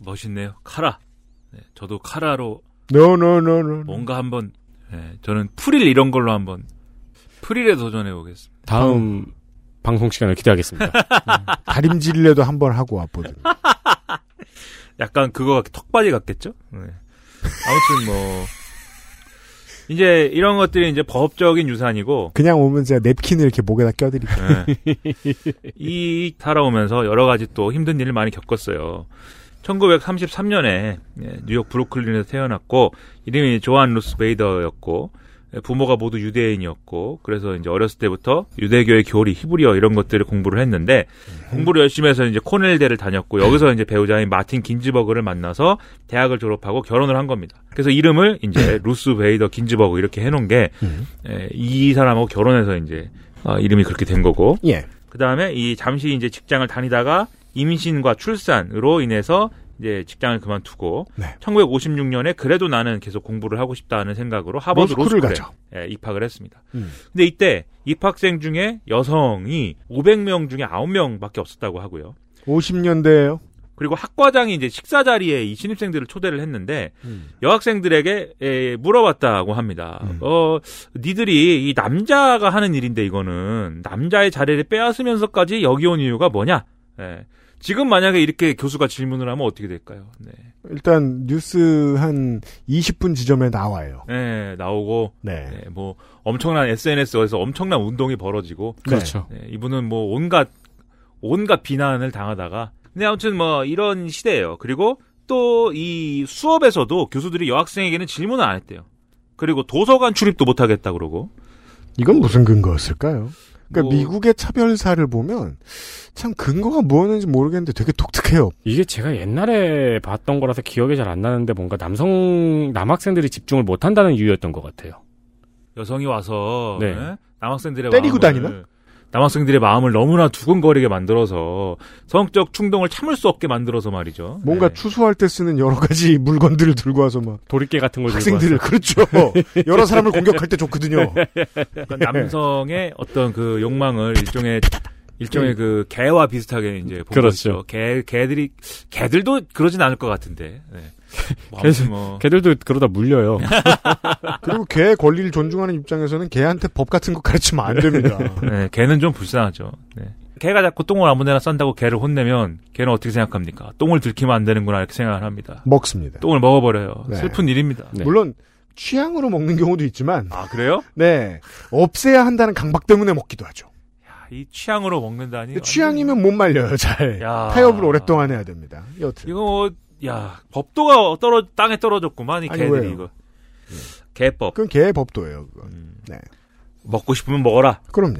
S8: 멋있네요. 카라. 네, 저도 카라로
S2: 노노노노.
S8: 뭔가 한번 네, 저는 프릴 이런 걸로 한번 프릴에 도전해 보겠습니다.
S3: 다음 방송 시간을 기대하겠습니다.
S2: 다림질이라도 한번 하고 왔거든.
S8: 약간 그거 같- 턱받이 같겠죠? 네. 아무튼 뭐 이제 이런 것들이 이제 법적인 유산이고
S2: 그냥 오면 제가 냅킨을 이렇게 목에다 껴드릴게요.
S8: 예. 이 살아오면서 여러 가지 또 힘든 일을 많이 겪었어요. 1933년에 예, 뉴욕 브루클린에서 태어났고 이름이 조한 루스 베이더였고 예, 부모가 모두 유대인이었고 그래서 이제 어렸을 때부터 유대교의 교리, 히브리어 이런 것들을 공부를 했는데 공부를 열심히 해서 이제 코넬대를
S2: 네.
S8: 다녔고 여기서 이제 배우자인 마틴 긴즈버그를 만나서 대학을 졸업하고 결혼을 한 겁니다. 그래서 이름을 이제
S2: 네.
S8: 루스 베이더 긴즈버그 이렇게 해놓은
S2: 음.
S8: 게 이 사람하고 결혼해서 이제 아, 이름이 그렇게 된 거고
S2: 예.
S8: 그 다음에 이 잠시 이제 직장을 다니다가 임신과 출산으로 인해서 이제 직장을 그만두고
S2: 네.
S8: 1956년에 그래도 나는 계속 공부를 하고 싶다는 생각으로 하버드
S2: 로스쿨을
S8: 로스쿨에
S2: 가죠.
S8: 예, 입학을 했습니다.
S2: 음.
S8: 근데 이때 입학생 중에 여성이 500명 중에 9명밖에 없었다고 하고요.
S2: 50년대예요.
S8: 그리고 학과장이 이제 식사 자리에 이 신입생들을 초대를 했는데 여학생들에게 에, 물어봤다고 합니다. 어, 니들이 이 남자가 하는 일인데 이거는 남자의 자리를 빼앗으면서까지 여기 온 이유가 뭐냐? 예. 지금 만약에 이렇게 교수가 질문을 하면 어떻게 될까요? 네.
S2: 일단 뉴스 한 20분 지점에 나와요.
S8: 예, 나오고
S2: 네.
S8: 예, 뭐 엄청난 SNS에서 엄청난 운동이 벌어지고
S3: 그렇죠.
S8: 네, 이분은 뭐 온갖 온갖 비난을 당하다가 근데 아무튼 뭐 이런 시대예요. 그리고 또 이 수업에서도 교수들이 여학생에게는 질문을 안 했대요. 그리고 도서관 출입도 못 하겠다 그러고
S2: 이건 무슨 근거였을까요?
S8: 뭐
S2: 그러니까 미국의 차별사를 보면 참 근거가 뭐였는지 모르겠는데 되게 독특해요.
S3: 이게 제가 옛날에 봤던 거라서 기억이 잘 안 나는데 뭔가 남성 남학생들이 집중을 못 한다는 이유였던 것 같아요.
S8: 여성이 와서
S3: 네.
S8: 네? 남학생들의
S3: 때리고
S8: 마음을,
S3: 다니나?
S8: 남학생들의 마음을 너무나 두근거리게 만들어서 성적 충동을 참을 수 없게 만들어서 말이죠. 네.
S2: 뭔가 추수할 때 쓰는 여러 가지 (laughs) 물건들을 들고 와서 막
S3: 도리깨 같은 걸 들고
S2: 학생들을
S3: 와서.
S2: 그렇죠. 여러 사람을 공격할 때 좋거든요.
S8: 그러니까 남성의 어떤 그 욕망을 일종의 일종의 그 개와 비슷하게 이제 보고
S3: 그렇죠.
S8: 있죠. 개 개들이 개들도 그러진 않을 것 같은데. 네. 뭐 아무튼
S3: 걔들,
S8: 뭐
S3: 걔들도 그러다 물려요.
S2: 그리고 개의 권리를 존중하는 입장에서는 개한테 법 같은 거 가르치면 안 됩니다.
S8: 네, 걔는 좀 불쌍하죠. 네. 걔가 자꾸 똥을 아무데나 싼다고 걔를 혼내면 걔는 어떻게 생각합니까? 똥을 들키면 안 되는구나 이렇게 생각을 합니다.
S2: 먹습니다.
S8: 똥을 먹어버려요.
S2: 네.
S8: 슬픈 일입니다.
S2: 물론 취향으로 먹는 경우도 있지만
S8: 아 그래요?
S2: 네 없애야 한다는 강박 때문에 먹기도 하죠.
S8: 이 취향으로 먹는다니.
S2: 근데 그 취향이면 못 말려요 잘
S8: 야.
S2: 타협을 오랫동안 해야 됩니다. 여튼
S8: 이거 뭐, 야 법도가 떨어 땅에 떨어졌구만 이
S2: 아니,
S8: 개들이
S2: 왜요?
S8: 이거. 네. 개법.
S2: 그건 개의 법도예요. 그건. 네.
S8: 먹고 싶으면 먹어라.
S2: 그럼요.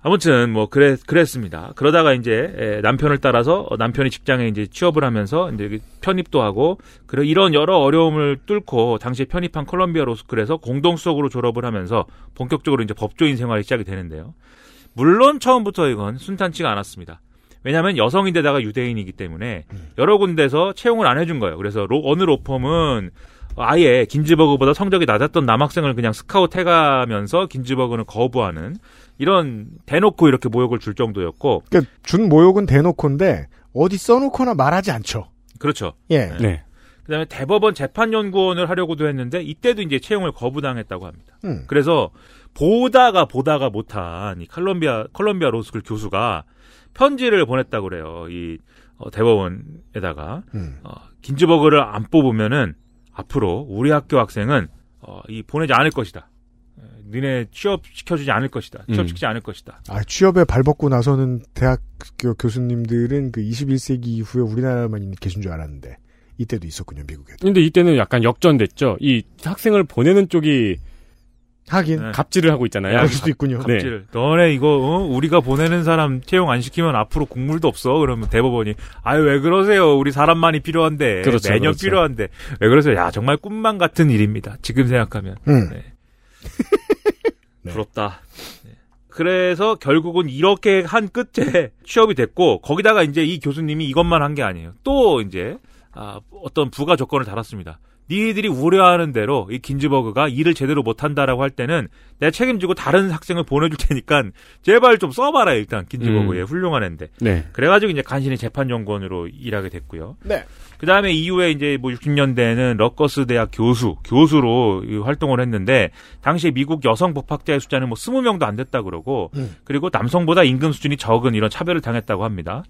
S8: 아무튼 뭐 그래 그랬습니다. 그러다가 이제 에, 남편을 따라서 어, 남편이 직장에 이제 취업을 하면서 이제 이렇게 편입도 하고 그리고 이런 여러 어려움을 뚫고 당시에 편입한 콜롬비아 로스쿨에서 공동 수석으로 졸업을 하면서 본격적으로 이제 법조인 생활이 시작이 되는데요. 물론 처음부터 이건 순탄치가 않았습니다. 왜냐하면 여성인데다가 유대인이기 때문에 여러 군데서 채용을 안 해준 거예요. 그래서 로- 어느 로펌은 아예 긴즈버그보다 성적이 낮았던 남학생을 그냥 스카웃 해가면서 긴즈버그는 거부하는 이런 대놓고 이렇게 모욕을 줄 정도였고
S2: 그러니까 준 모욕은 대놓고인데 어디 써놓거나 말하지 않죠.
S8: 그렇죠.
S2: 예.
S3: 네.
S8: 그다음에 대법원 재판연구원을 하려고도 했는데 이때도 이제 채용을 거부당했다고 합니다.
S2: 음.
S8: 그래서 보다가 보다가 못한 이 컬럼비아 컬럼비아 로스쿨 교수가 편지를 보냈다고 그래요. 이 어, 대법원에다가
S2: 음.
S8: 어, 긴즈버그를 안 뽑으면은 앞으로 우리 학교 학생은 어, 이 보내지 않을 것이다. 에, 니네 취업 시켜주지 않을 것이다.
S2: 음.
S8: 취업시키지 않을 것이다.
S2: 아, 취업에 발벗고 나서는 대학교 교수님들은 그 21세기 이후에 우리나라만 계신 줄 알았는데 이때도 있었군요 미국에.
S3: (laughs) 근데 이때는 약간 역전됐죠. 이 학생을 보내는 쪽이
S2: 하긴
S3: 갑질을 하고 있잖아요.
S8: 야, 갑-
S3: 네.
S8: 갑질. 너네 이거 어? 우리가 보내는 사람 채용 안 시키면 앞으로 국물도 없어. 그러면 대법원이 아유 왜 그러세요? 우리 사람만이 필요한데
S3: 그렇죠,
S8: 매년
S3: 그렇죠.
S8: 필요한데 왜 그러세요? 야 정말 꿈만 같은 일입니다. 지금 생각하면
S2: 음.
S3: (laughs)
S8: 네. 부럽다. 네. 그래서 결국은 이렇게 한 끝에 취업이 됐고 거기다가 이제 이 교수님이 이것만 한 게 아니에요. 또 이제 아, 어떤 부가 조건을 달았습니다. 니들이 우려하는 대로 이 긴즈버그가 일을 제대로 못한다라고 할 때는 내가 책임지고 다른 학생을 보내줄 테니까 제발 좀 써봐라 일단 긴즈버그의
S3: 음.
S8: 훌륭한 애인데
S3: 네.
S8: 그래가지고 이제 간신히 재판연구원으로 일하게 됐고요.
S2: 네.
S8: 그 다음에 이후에 이제 뭐 60년대에는 러커스 대학 교수, 교수로 이 활동을 했는데, 당시에 미국 여성 법학자의 숫자는 뭐 20명도 안 됐다 그러고,
S13: 음.
S8: 그리고 남성보다 임금 수준이 적은 이런 차별을 당했다고 합니다.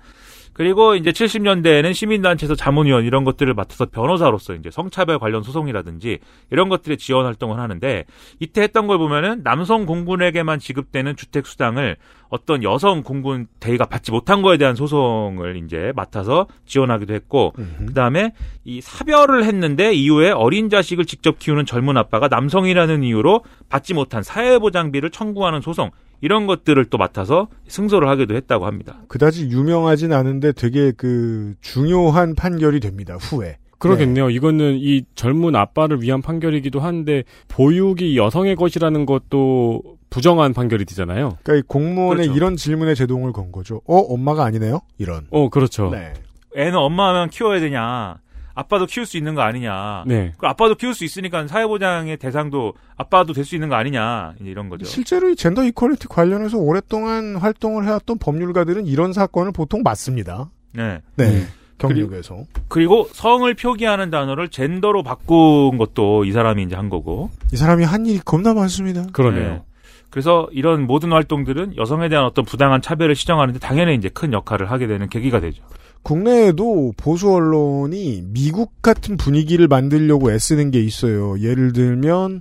S8: 그리고 이제 70년대에는 시민단체에서 자문위원 이런 것들을 맡아서 변호사로서 이제 성차별 관련 소송이라든지 이런 것들에 지원 활동을 하는데 이때 했던 걸 보면은 남성 공군에게만 지급되는 주택 수당을 어떤 여성 공군 대위가 받지 못한 거에 대한 소송을 이제 맡아서 지원하기도 했고 그다음에 이 사별을 했는데 이후에 어린 자식을 직접 키우는 젊은 아빠가 남성이라는 이유로 받지 못한 사회보장비를 청구하는 소송 이런 것들을 또 맡아서 승소를 하기도 했다고 합니다.
S2: 그다지 유명하진 않은데 되게 그 중요한 판결이 됩니다 후에.
S3: 그러겠네요. 이거는 이 젊은 아빠를 위한 판결이기도 한데 보육이 여성의 것이라는 것도 부정한 판결이 되잖아요.
S2: 그러니까 이 공무원의
S3: 그렇죠.
S2: 이런 질문에 제동을 건 거죠. 어 엄마가 아니네요 이런.
S3: 어, 그렇죠.
S2: 네.
S8: 애는 엄마하면 키워야 되냐. 아빠도 키울 수 있는 거 아니냐.
S3: 네.
S8: 그 아빠도 키울 수 있으니까 사회보장의 대상도 아빠도 될 수 있는 거 아니냐. 이제 이런
S3: 그렇죠.
S8: 거죠.
S2: 실제로 이 젠더 이퀄리티 관련해서 오랫동안 활동을 해왔던 법률가들은 이런 사건을 보통 맞습니다.
S8: 네.
S2: 네.
S3: 음.
S2: 경력에서.
S8: 그리고 성을 표기하는 단어를 젠더로 바꾼 것도 이 사람이 이제 한 거고.
S2: 이 사람이 한 일이 겁나 많습니다.
S8: 네. 그래서 이런 모든 활동들은 여성에 대한 어떤 부당한 차별을 시정하는데 당연히 이제 큰 역할을 하게 되는 계기가 되죠.
S2: 국내에도 보수 언론이 미국 같은 분위기를 만들려고 애쓰는 게 있어요. 예를 들면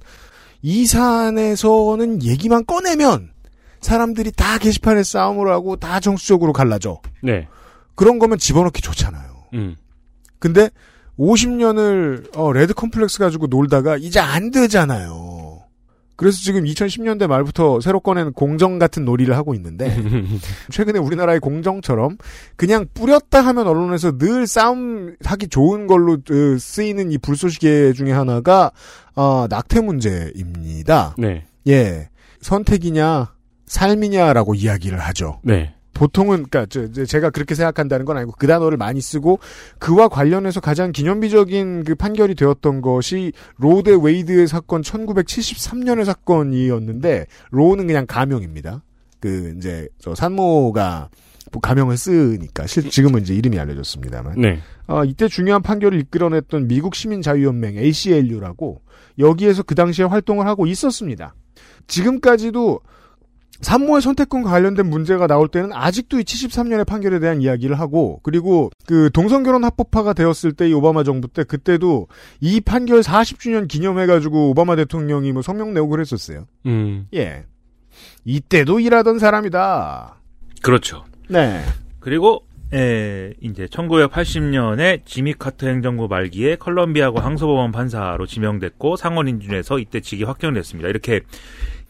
S2: 이 사안에서는 얘기만 꺼내면 사람들이 다 게시판에 싸움을 하고 다 정수적으로 갈라져.
S3: 네.
S2: 그런 거면 집어넣기 좋잖아요.
S3: 음. (laughs)
S2: 근데 어, 50년을 레드 컴플렉스 가지고 놀다가 이제 안 되잖아요. 그래서 지금 2010년대 말부터 새로 꺼낸 공정 같은 놀이를 하고 있는데 최근에 우리나라의 공정처럼 그냥 뿌렸다 하면 언론에서 늘 싸움하기 좋은 걸로 으, 쓰이는 이 불쏘시개 중에 하나가 아, 낙태 문제입니다.
S3: 네.
S2: 예. 선택이냐 삶이냐라고 이야기를 하죠.
S3: 네.
S2: 보통은 그러니까 저- 저- 제가 그렇게 생각한다는 건 아니고 그 단어를 많이 쓰고 그와 관련해서 가장 기념비적인 그 판결이 되었던 것이 로 대 웨이드의 사건 1973년의 사건이었는데 로는 그냥 가명입니다. 그 이제 저 산모가 뭐 가명을 쓰니까 실 지금은 이제 이름이 알려졌습니다만
S3: 네.
S2: 아, 이때 중요한 판결을 이끌어냈던 미국 시민자유연맹 ACLU라고 여기에서 그 당시에 활동을 하고 있었습니다. 지금까지도 산모의 선택권과 관련된 문제가 나올 때는 아직도 이 73년의 판결에 대한 이야기를 하고 그리고 그 동성결혼 합법화가 되었을 때 이 오바마 정부 때 그때도 이 판결 40주년 기념해가지고 오바마 대통령이 뭐 성명 내고 그랬었어요.
S3: 음.
S2: 예. 이때도 일하던 사람이다.
S8: 그렇죠.
S2: 네.
S8: 그리고 에, 예, 이제 1980년에 지미 카터 행정부 말기에 컬럼비아고 항소법원 판사로 지명됐고 상원 인준에서 이때 직이 확정됐습니다. 이렇게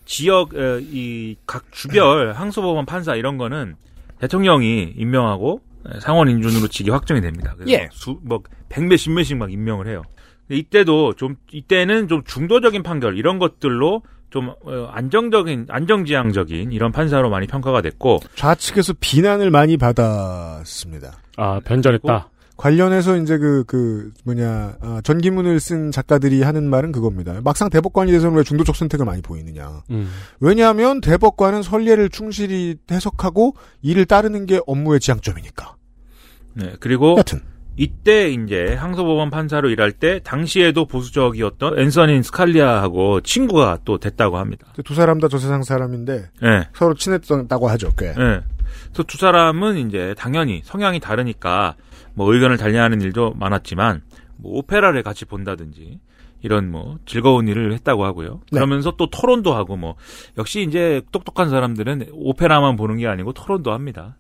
S8: 지역 이 각 주별 항소법원 판사 이런 거는 대통령이 임명하고 에, 상원 인준으로 직이 확정이 됩니다. 그래서
S2: 예.
S8: 수뭐백몇십 몇씩 막 임명을 해요. 근데 이때도 좀 이때는 좀 중도적인 판결 이런 것들로 좀 어, 안정적인 안정지향적인 이런 판사로 많이 평가가 됐고
S2: 좌측에서 비난을 많이 받았습니다.
S3: 아, 변절했다.
S2: 관련해서 이제 그, 그, 뭐냐, 아, 전기문을 쓴 작가들이 하는 말은 그겁니다. 막상 대법관이 돼서는 왜 중도적 선택을 많이 보이느냐.
S3: 음.
S2: 왜냐하면 대법관은 선례를 충실히 해석하고 이를 따르는 게 업무의 지향점이니까.
S8: 네, 그리고 이때 이제 항소법원 판사로 일할 때 당시에도 보수적이었던 앤서닌 스칼리아하고 친구가 또 됐다고 합니다.
S2: 두 사람 다 저 세상 사람인데
S8: 네.
S2: 서로 친했다고 하죠. 꽤.
S8: 예. 그래서 두 사람은 이제 당연히 성향이 다르니까 뭐 의견을 달리하는 일도 많았지만 뭐 오페라를 같이 본다든지 이런 뭐 즐거운 일을 했다고 하고요. 그러면서 또 토론도 하고 뭐 역시 이제 똑똑한 사람들은 오페라만 보는 게 아니고 토론도 합니다.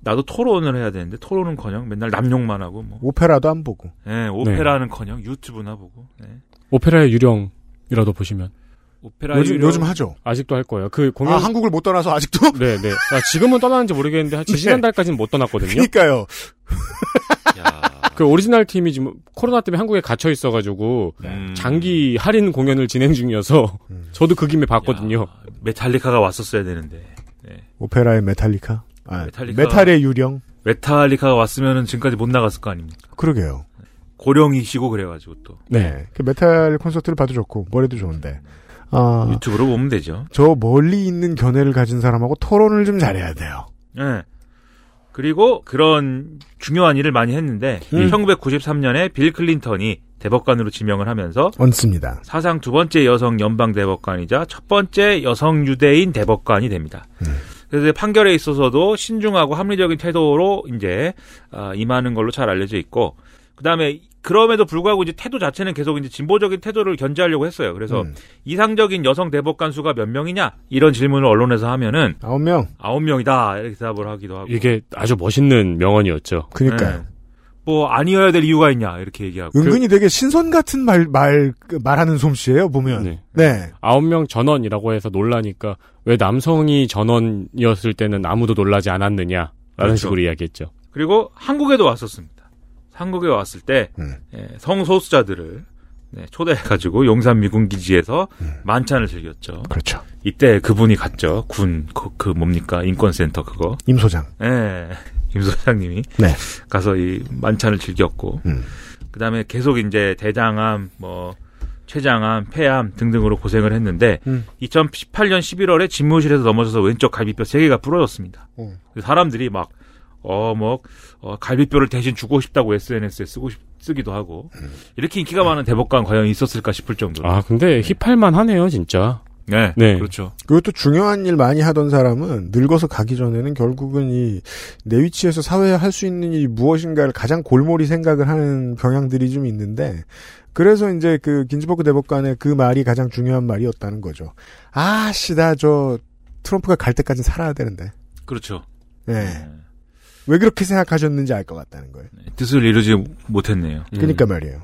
S8: 나도 토론을 해야 되는데 토론은커녕 맨날 남용만 하고 뭐
S2: 오페라도 안 보고.
S8: 예, 오페라는커녕 유튜브나 보고. 네.
S3: 오페라의 유령이라도 보시면.
S8: 오페라의 요즘- 유령- 요즘 하죠.
S3: 아직도 할 거예요. 그 공연
S2: 아, 한국을 못 떠나서 아직도?
S3: 네, 네. 아, 지금은 떠나는지 모르겠는데 한
S2: 네.
S3: 지난달까지는 못 떠났거든요.
S2: (laughs) 그러니까요.
S3: 그 오리지널 팀이 지금 코로나 때문에 한국에 갇혀 있어가지고
S8: 네.
S3: 장기 할인 공연을 진행 중이어서
S2: 음.
S3: (laughs) 저도 그 김에 봤거든요.
S8: 메탈리카가 왔었어야 되는데.
S2: 오페라의 메탈리카. 아,
S8: 메탈리카.
S2: 메탈의 유령.
S8: 메탈리카가 왔으면은 지금까지 못 나갔을 거 아닙니까?
S2: 그러게요.
S8: 고령이시고 그래가지고 또
S2: 네. 그 메탈 콘서트를 봐도 좋고 머리도 좋은데. 아,
S8: 유튜브로 보면 되죠.
S2: 저 멀리 있는 견해를 가진 사람하고 토론을 좀 잘해야 돼요.
S8: 예. 그리고 그런 중요한 일을 많이 했는데 1993년에 빌 클린턴이 대법관으로 지명을 하면서
S2: 얹습니다.
S8: 사상 두 번째 여성 연방 대법관이자 첫 번째 여성 유대인 대법관이 됩니다.
S2: 음.
S8: 그래서 판결에 있어서도 신중하고 합리적인 태도로 이제 아, 임하는 걸로 잘 알려져 있고 그다음에 그럼에도 불구하고 이제 태도 자체는 계속 이제 진보적인 태도를 견제하려고 했어요. 그래서
S2: 음,
S8: 이상적인 여성 대법관 수가 몇 명이냐 이런 질문을 언론에서 하면은
S2: 아홉 명
S8: 아홉 명이다 이렇게 대답을 하기도 하고
S3: 이게 아주 멋있는 명언이었죠.
S2: 예, 그러니까요.
S8: 뭐 아니어야 될 이유가 있냐 이렇게 얘기하고
S2: 은근히 되게 신선 같은 말, 말, 그 말하는 솜씨예요 보면.
S3: 네.
S2: 네.
S3: 아홉 명 전원이라고 해서 놀라니까 왜 남성이 전원이었을 때는 아무도 놀라지 않았느냐라는
S8: 그렇죠.
S3: 식으로 이야기했죠.
S8: 그리고 한국에도 왔었습니다. 한국에 왔을 때 예, 성소수자들을 네, 초대해가지고 용산 미군 기지에서 만찬을 즐겼죠.
S2: 그렇죠.
S8: 이때 그분이 갔죠. 군, 그, 그 뭡니까 인권센터 그거.
S2: 임 소장.
S8: 예, 임 소장님이
S2: 네.
S8: 가서 이 만찬을 즐겼고, 그 다음에 계속 이제 대장암, 뭐 췌장암, 폐암 등등으로 고생을 했는데
S2: 음.
S8: 2018년 11월에 집무실에서 넘어져서 왼쪽 갈비뼈 3 개가 부러졌습니다.
S2: 음.
S8: 사람들이 막, 어, 뭐, 어, 갈비뼈를 대신 주고 싶다고 SNS에 쓰고 싶, 쓰기도 하고, 이렇게 인기가 많은 대법관 과연 있었을까 싶을 정도로.
S3: 아 근데 힙할만 하네요 진짜.
S8: 네,
S3: 네.
S8: 그렇죠.
S2: 그리고 또 중요한 일 많이 하던 사람은 늙어서 가기 전에는 결국은 이 내 위치에서 사회에 할 수 있는 일이 무엇인가를 가장 골몰이 생각을 하는 경향들이 좀 있는데 그래서 이제 그 긴즈버그 대법관의 그 말이 가장 중요한 말이었다는 거죠. 아씨 나 저 트럼프가 갈 때까지 살아야 되는데.
S8: 그렇죠.
S2: 예. 왜 그렇게 생각하셨는지 알 것 같다는 거예요.
S8: 네. 뜻을 이루지 못했네요.
S2: 그러니까 말이에요.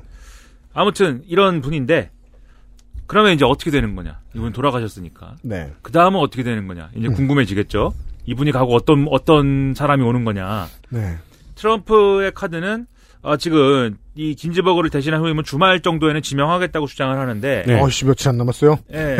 S8: 아무튼 이런 분인데 그러면 이제 어떻게 되는 거냐? 이분 돌아가셨으니까.
S2: 네.
S8: 그 다음은 어떻게 되는 거냐? 이제 궁금해지겠죠. 이분이 가고 어떤 어떤 사람이 오는 거냐?
S2: 네.
S8: 트럼프의 카드는 아, 지금 이 긴즈버거를 대신한 후임은 주말 정도에는 지명하겠다고 주장을 하는데
S2: 어, 씨, 며칠 안 남았어요?
S8: 예.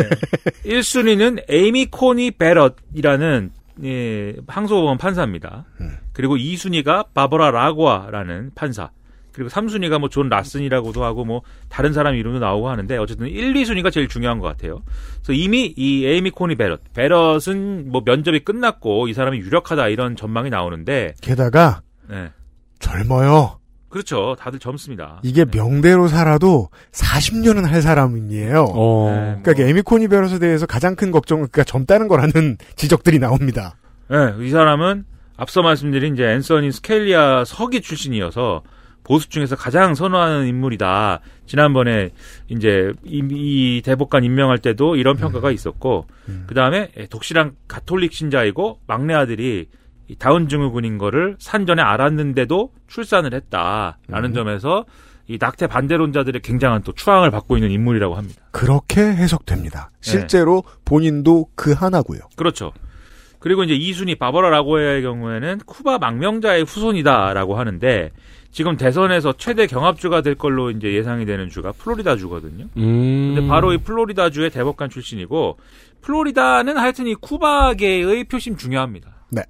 S8: 1순위는 에이미 코니 베럿이라는 예, 항소법원 판사입니다.
S2: 음.
S8: 그리고 2순위가 바버라 라과라는 판사. 그리고 3순위가 뭐 존 라슨이라고도 하고 뭐 다른 사람 이름도 나오고 하는데 어쨌든 1, 2순위가 제일 중요한 것 같아요. 그래서 이미 이 에이미 코니 베럿, 베럿은 뭐 면접이 끝났고 이 사람이 유력하다 이런 전망이 나오는데
S2: 게다가
S8: 예.
S2: 젊어요.
S8: 그렇죠. 다들 젊습니다. 예.
S2: 이게 명대로 살아도 40년은 할 사람이에요.
S3: 어. 네.
S2: 그러니까 에미 코니 베럿에 대해서 가장 큰 걱정은 그가 젊다는 거라는 (laughs) 지적들이 나옵니다.
S8: 예, 이 사람은 앞서 말씀드린 이제 앤서니 스켈리아 서기 출신이어서 보수 중에서 가장 선호하는 인물이다. 지난번에 이제 이, 이 대법관 임명할 때도 이런 평가가 있었고, 그 다음에 독실한 가톨릭 신자이고 막내 아들이 이 다운 증후군인 거를 산전에 알았는데도 출산을 했다라는 점에서 이 낙태 반대론자들의 굉장한 또 추앙을 받고 있는 인물이라고 합니다.
S2: 그렇게 해석됩니다.
S8: 네.
S2: 실제로 본인도 그 하나고요.
S8: 그렇죠. 그리고 이제 2순위 바버라 라고의 경우에는 쿠바 망명자의 후손이다라고 하는데 지금 대선에서 최대 경합주가 될 걸로 이제 예상이 되는 주가 플로리다 주거든요.
S3: 음.
S8: 근데 바로 이 플로리다 주의 대법관 출신이고 플로리다는 하여튼 이 쿠바계의 표심 중요합니다.
S2: 네.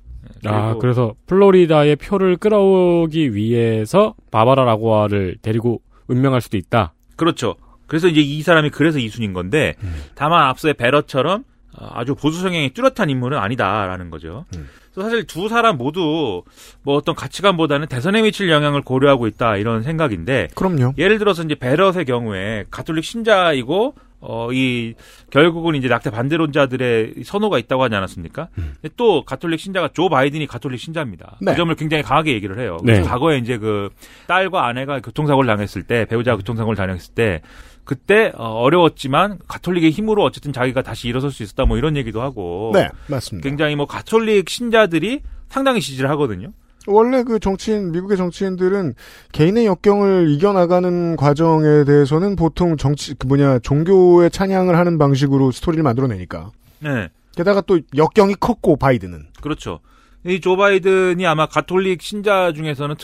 S3: 아,
S8: 그리고-
S3: 그래서 플로리다의 표를 끌어오기 위해서 바바라 라고아를 데리고 운명할 수도 있다.
S8: 그렇죠. 그래서 이제 이 사람이 그래서 이순인 건데 다만 앞서의 베러처럼 어, 아주 보수 성향이 뚜렷한 인물은 아니다라는 거죠. 그래서 사실 두 사람 모두 뭐 어떤 가치관보다는 대선에 미칠 영향을 고려하고 있다 이런 생각인데
S2: 그럼요.
S8: 예를 들어서 이제 베럿의 경우에 가톨릭 신자이고 어 이 결국은 이제 낙태 반대론자들의 선호가 있다고 하지 않았습니까? 근데 또 가톨릭 신자가 조 바이든이 가톨릭 신자입니다.
S10: 음. 네.
S8: 그 점을 굉장히 강하게 얘기를 해요.
S10: 네.
S8: 그래서 과거에 이제 그 딸과 아내가 교통사고를 당했을 때
S10: 음.
S8: 배우자가 교통사고를 당했을 때 그때 어, 어려웠지만 가톨릭의 힘으로 어쨌든 자기가 다시 일어설 수 있었다 뭐 이런 얘기도 하고
S2: 네, 맞습니다.
S8: 굉장히 뭐 가톨릭 신자들이 상당히 지지를 하거든요.
S2: 원래 그 정치인 미국의 정치인들은 개인의 역경을 이겨나가는 과정에 대해서는 보통 정치 그 뭐냐 종교의 찬양을 하는 방식으로 스토리를 만들어내니까
S8: 네.
S2: 게다가 또 역경이 컸고 바이든은
S8: 그렇죠. 이 조 바이든이 아마 가톨릭 신자 중에서는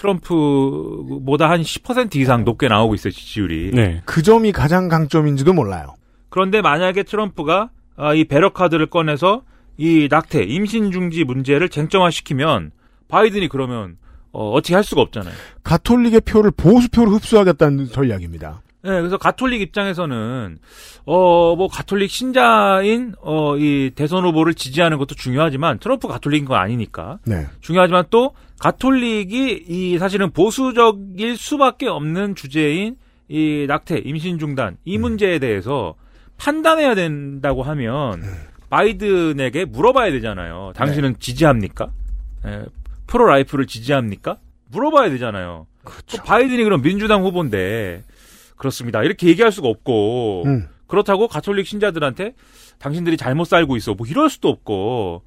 S8: 트럼프보다 한 10% 이상 높게 나오고 있어요, 지지율이.
S3: 네.
S2: 그 점이 가장 강점인지도 몰라요.
S8: 그런데 만약에 트럼프가 아, 이 배러 카드를 꺼내서 이 낙태, 임신 중지 문제를 쟁점화시키면 바이든이 그러면 어, 어떻게 할 수가 없잖아요.
S2: 가톨릭의 표를 보수표로 흡수하겠다는 전략입니다.
S8: 네, 그래서 가톨릭 입장에서는 어, 뭐 가톨릭 신자인 어, 이 대선 후보를 지지하는 것도 중요하지만 트럼프 가톨릭인 건 아니니까
S2: 네.
S8: 중요하지만 또 가톨릭이 이 사실은 보수적일 수밖에 없는 주제인 이 낙태, 임신 중단 이 문제에 대해서 판단해야 된다고 하면 바이든에게 물어봐야 되잖아요. 당신은 지지합니까? 에, 프로라이프를 지지합니까? 물어봐야 되잖아요. 또 바이든이 그럼 민주당 후보인데 그렇습니다. 이렇게 얘기할 수가 없고
S2: 음.
S8: 그렇다고 가톨릭 신자들한테 당신들이 잘못 살고 있어 뭐 이럴 수도 없고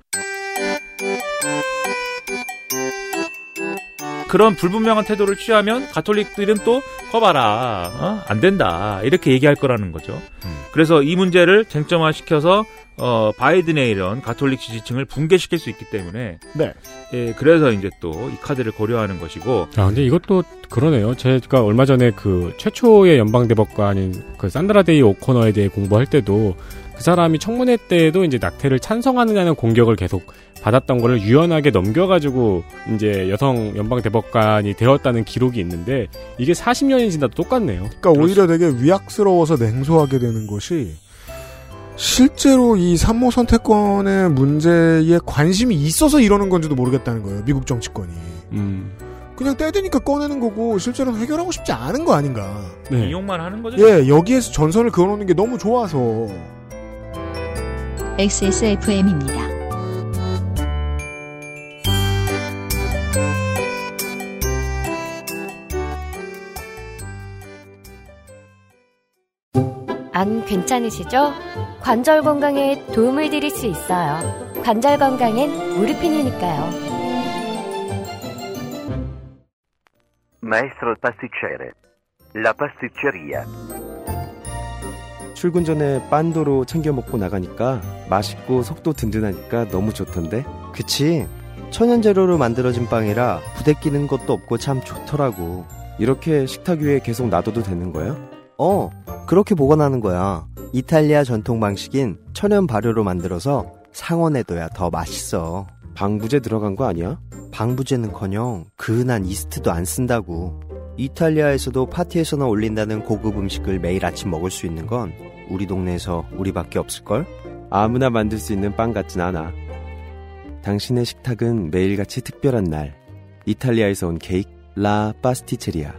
S8: 그런 불분명한 태도를 취하면 가톨릭들은 또 커봐라 어? 안 된다 이렇게 얘기할 거라는 거죠.
S2: 음.
S8: 그래서 이 문제를 쟁점화시켜서 어, 바이든의 이런 가톨릭 지지층을 붕괴시킬 수 있기 때문에
S2: 네.
S8: 예, 그래서 이제 또 이 카드를 고려하는 것이고
S3: 아, 근데 이것도 그러네요. 제가 얼마 전에 그 최초의 연방대법관인 그 산드라데이 오코너에 대해 공부할 때도 그 사람이 청문회 때에도 이제 낙태를 찬성하느냐는 공격을 계속 받았던 거를 유연하게 넘겨가지고 이제 여성 연방대법관이 되었다는 기록이 있는데 이게 40년이 지나도 똑같네요.
S2: 그러니까 오히려 되게 위약스러워서 냉소하게 되는 것이 실제로 이 산모 선택권의 문제에 관심이 있어서 이러는 건지도 모르겠다는 거예요. 미국 정치권이.
S3: 음.
S2: 그냥 때드니까 꺼내는 거고 실제로는 해결하고 싶지 않은 거 아닌가.
S8: 이용만 하는 거죠.
S2: 네.
S8: 네.
S2: 예, 여기에서 전선을 그어놓는 게 너무 좋아서.
S1: XSFM입니다.
S5: 안 괜찮으시죠? 관절 건강에 도움을 드릴 수 있어요. 관절 건강엔 무릎핀이니까요.
S12: Maestro pasticcere. La pasticceria.
S11: 출근 전에 빤도로 챙겨 먹고 나가니까 맛있고 속도 든든하니까 너무 좋던데.
S13: 그치? 천연 재료로 만들어진 빵이라 부대 끼는 것도 없고 참 좋더라고.
S11: 이렇게 식탁 위에 계속 놔둬도 되는 거야?
S13: 어, 그렇게 보관하는 거야. 이탈리아 전통 방식인 천연 발효로 만들어서 상온에둬야 더 맛있어.
S11: 방부제 들어간 거 아니야?
S13: 방부제는커녕 그은한 이스트도 안 쓴다고. 이탈리아에서도 파티에서나 올린다는 고급 음식을 매일 아침 먹을 수 있는 건 우리 동네에서 우리밖에 없을걸?
S11: 아무나 만들 수 있는 빵 같진 않아. 당신의 식탁은 매일같이 특별한 날. 이탈리아에서 온 케이크 라 파스티체리아.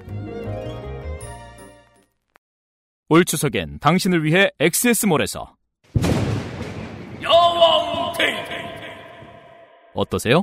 S10: 올 추석엔 당신을 위해 XS몰에서
S14: 여왕 테이프
S10: 어떠세요?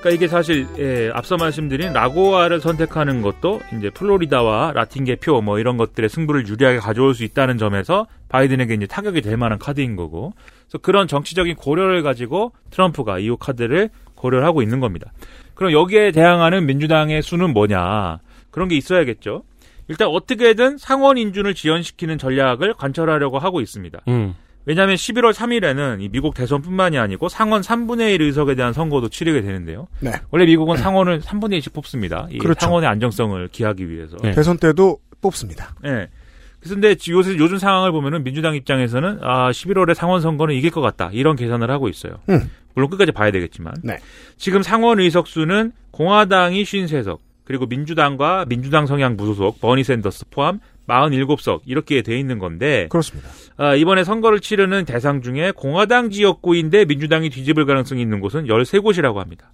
S8: 그러니까 이게 사실 예, 앞서 말씀드린 라고아를 선택하는 것도 이제 플로리다와 라틴 개표 뭐 이런 것들의 승부를 유리하게 가져올 수 있다는 점에서 바이든에게 이제 타격이 될 만한 카드인 거고. 그래서 그런 정치적인 고려를 가지고 트럼프가 이 카드를 고려를 하고 있는 겁니다. 그럼 여기에 대항하는 민주당의 수는 뭐냐? 그런 게 있어야겠죠. 일단 어떻게든 상원 인준을 지연시키는 전략을 관철하려고 하고 있습니다.
S3: 음.
S8: 왜냐하면 11월 3일에는 이 미국 대선뿐만이 아니고 상원 3분의 1 의석에 대한 선거도 치르게 되는데요.
S2: 네.
S8: 원래 미국은 상원을 3분의 1씩 뽑습니다. 이
S2: 그렇죠. 네.
S8: 상원의 안정성을 기하기 위해서.
S2: 대선 때도 뽑습니다.
S8: 예. 그런데 요새 요즘 상황을 보면은 민주당 입장에서는 아 11월에 상원 선거는 이길 것 같다 이런 계산을 하고 있어요.
S2: 음.
S8: 물론 끝까지 봐야 되겠지만
S2: 네.
S8: 지금 상원 의석 수는 공화당이 53석 그리고 민주당과 민주당 성향 무소속 버니 샌더스 포함 47석 이렇게 돼 있는 건데
S2: 그렇습니다.
S8: 아, 이번에 선거를 치르는 대상 중에 공화당 지역구인데 민주당이 뒤집을 가능성이 있는 곳은 13곳이라고 합니다.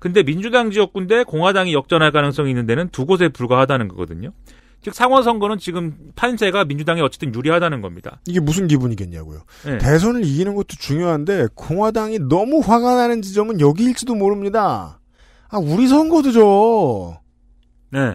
S8: 근데 민주당 지역구인데 공화당이 역전할 가능성이 있는 데는 두 곳에 불과하다는 거거든요. 즉 상원 선거는 지금 판세가 민주당이 어쨌든 유리하다는 겁니다.
S2: 이게 무슨 기분이겠냐고요.
S8: 네.
S2: 대선을 이기는 것도 중요한데 공화당이 너무 화가 나는 지점은 여기일지도 모릅니다. 아 우리 선거도 죠.
S8: 네.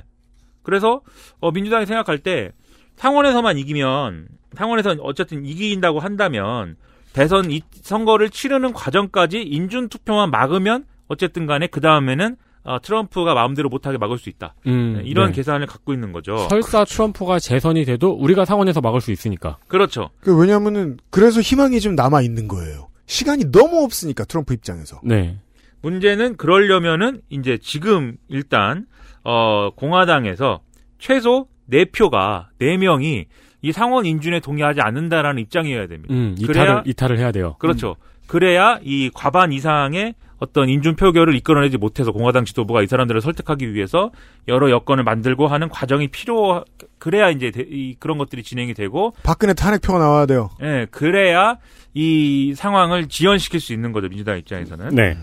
S8: 그래서 어, 민주당이 생각할 때 상원에서만 이기면 상원에서 어쨌든 이긴다고 한다면 대선 이 선거를 치르는 과정까지 인준 투표만 막으면 어쨌든 간에 그 다음에는 트럼프가 마음대로 못하게 막을 수 있다.
S3: 음,
S8: 네, 이런
S3: 네.
S8: 계산을 갖고 있는 거죠.
S3: 설사 트럼프가 재선이 돼도 우리가 상원에서 막을 수 있으니까.
S8: 그렇죠.
S2: 그 왜냐면은 그래서 희망이 좀 남아 있는 거예요. 시간이 너무 없으니까 트럼프 입장에서.
S3: 네.
S8: 문제는 그러려면은 이제 지금 일단 어 공화당에서 최소 네 표가 네 명이 이 상원 인준에 동의하지 않는다라는 입장이어야 됩니다.
S3: 음, 이탈을
S8: 그래야
S3: 이탈을 해야 돼요.
S8: 그렇죠. 그래야 이 과반 이상의 어떤 인준 표결을 이끌어내지 못해서 공화당 지도부가 이 사람들을 설득하기 위해서 여러 여건을 만들고 하는 과정이 필요 그래야 이제 대- 이 그런 것들이 진행이 되고
S2: 박근혜 탄핵표가 나와야 돼요.
S8: 예, 그래야 이 상황을 지연시킬 수 있는 거죠, 민주당 입장에서는.
S3: 네.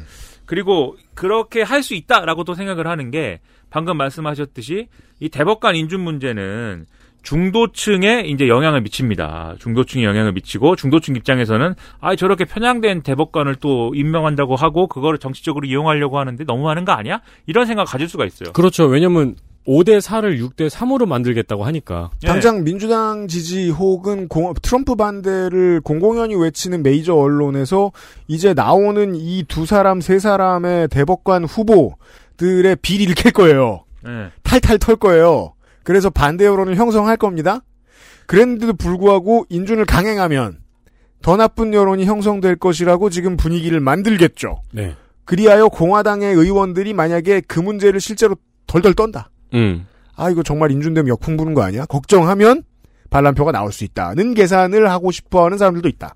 S8: 그리고 그렇게 할 수 있다라고 또 생각을 하는 게 방금 말씀하셨듯이 이 대법관 인준 문제는 중도층에 이제 영향을 미칩니다. 중도층에 영향을 미치고 중도층 입장에서는 아 저렇게 편향된 대법관을 또 임명한다고 하고 그거를 정치적으로 이용하려고 하는데 너무 하는 거 아니야? 이런 생각 가질 수가 있어요.
S3: 그렇죠. 왜냐면 5대 4를 6대 3으로 만들겠다고 하니까.
S8: 예.
S2: 당장 민주당 지지 혹은 공- 트럼프 반대를 공공연히 외치는 메이저 언론에서 이제 나오는 이 두 사람 세 사람의 대법관 후보들의 비리를 캘 거예요.
S8: 예.
S2: 탈탈 털 거예요. 그래서 반대 여론을 형성할 겁니다. 그랬는데도 불구하고 인준을 강행하면 더 나쁜 여론이 형성될 것이라고 지금 분위기를 만들겠죠.
S3: 네.
S2: 그리하여 공화당의 의원들이 만약에 그 문제를 실제로 덜덜 떤다.
S3: 음.
S2: 아 이거 정말 인준되면 역풍 부는 거 아니야? 걱정하면 반란표가 나올 수 있다는 계산을 하고 싶어하는 사람들도 있다.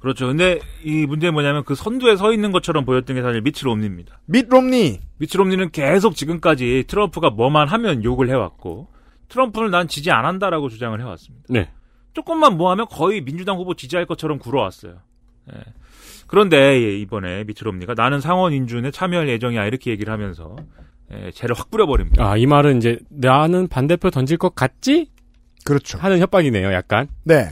S8: 그렇죠. 근데 이 문제는 뭐냐면 그 선두에 서 있는 것처럼 보였던 게 사실 미츠 롬니입니다.
S2: 밋 롬니.
S8: 미츠 롬니는 계속 지금까지 트럼프가 뭐만 하면 욕을 해왔고 트럼프를 난 지지 안 한다라고 주장을 해왔습니다.
S3: 네.
S8: 조금만 뭐 하면 거의 민주당 후보 지지할 것처럼 굴어왔어요. 예. 그런데 예, 이번에 미츠 롬니가 나는 상원 인준에 참여할 예정이야 이렇게 얘기를 하면서 예, 쟤를 확 뿌려버립니다.
S3: 아, 이 말은 이제 나는 반대표 던질 것 같지?
S2: 그렇죠.
S3: 하는 협박이네요, 약간.
S2: 네.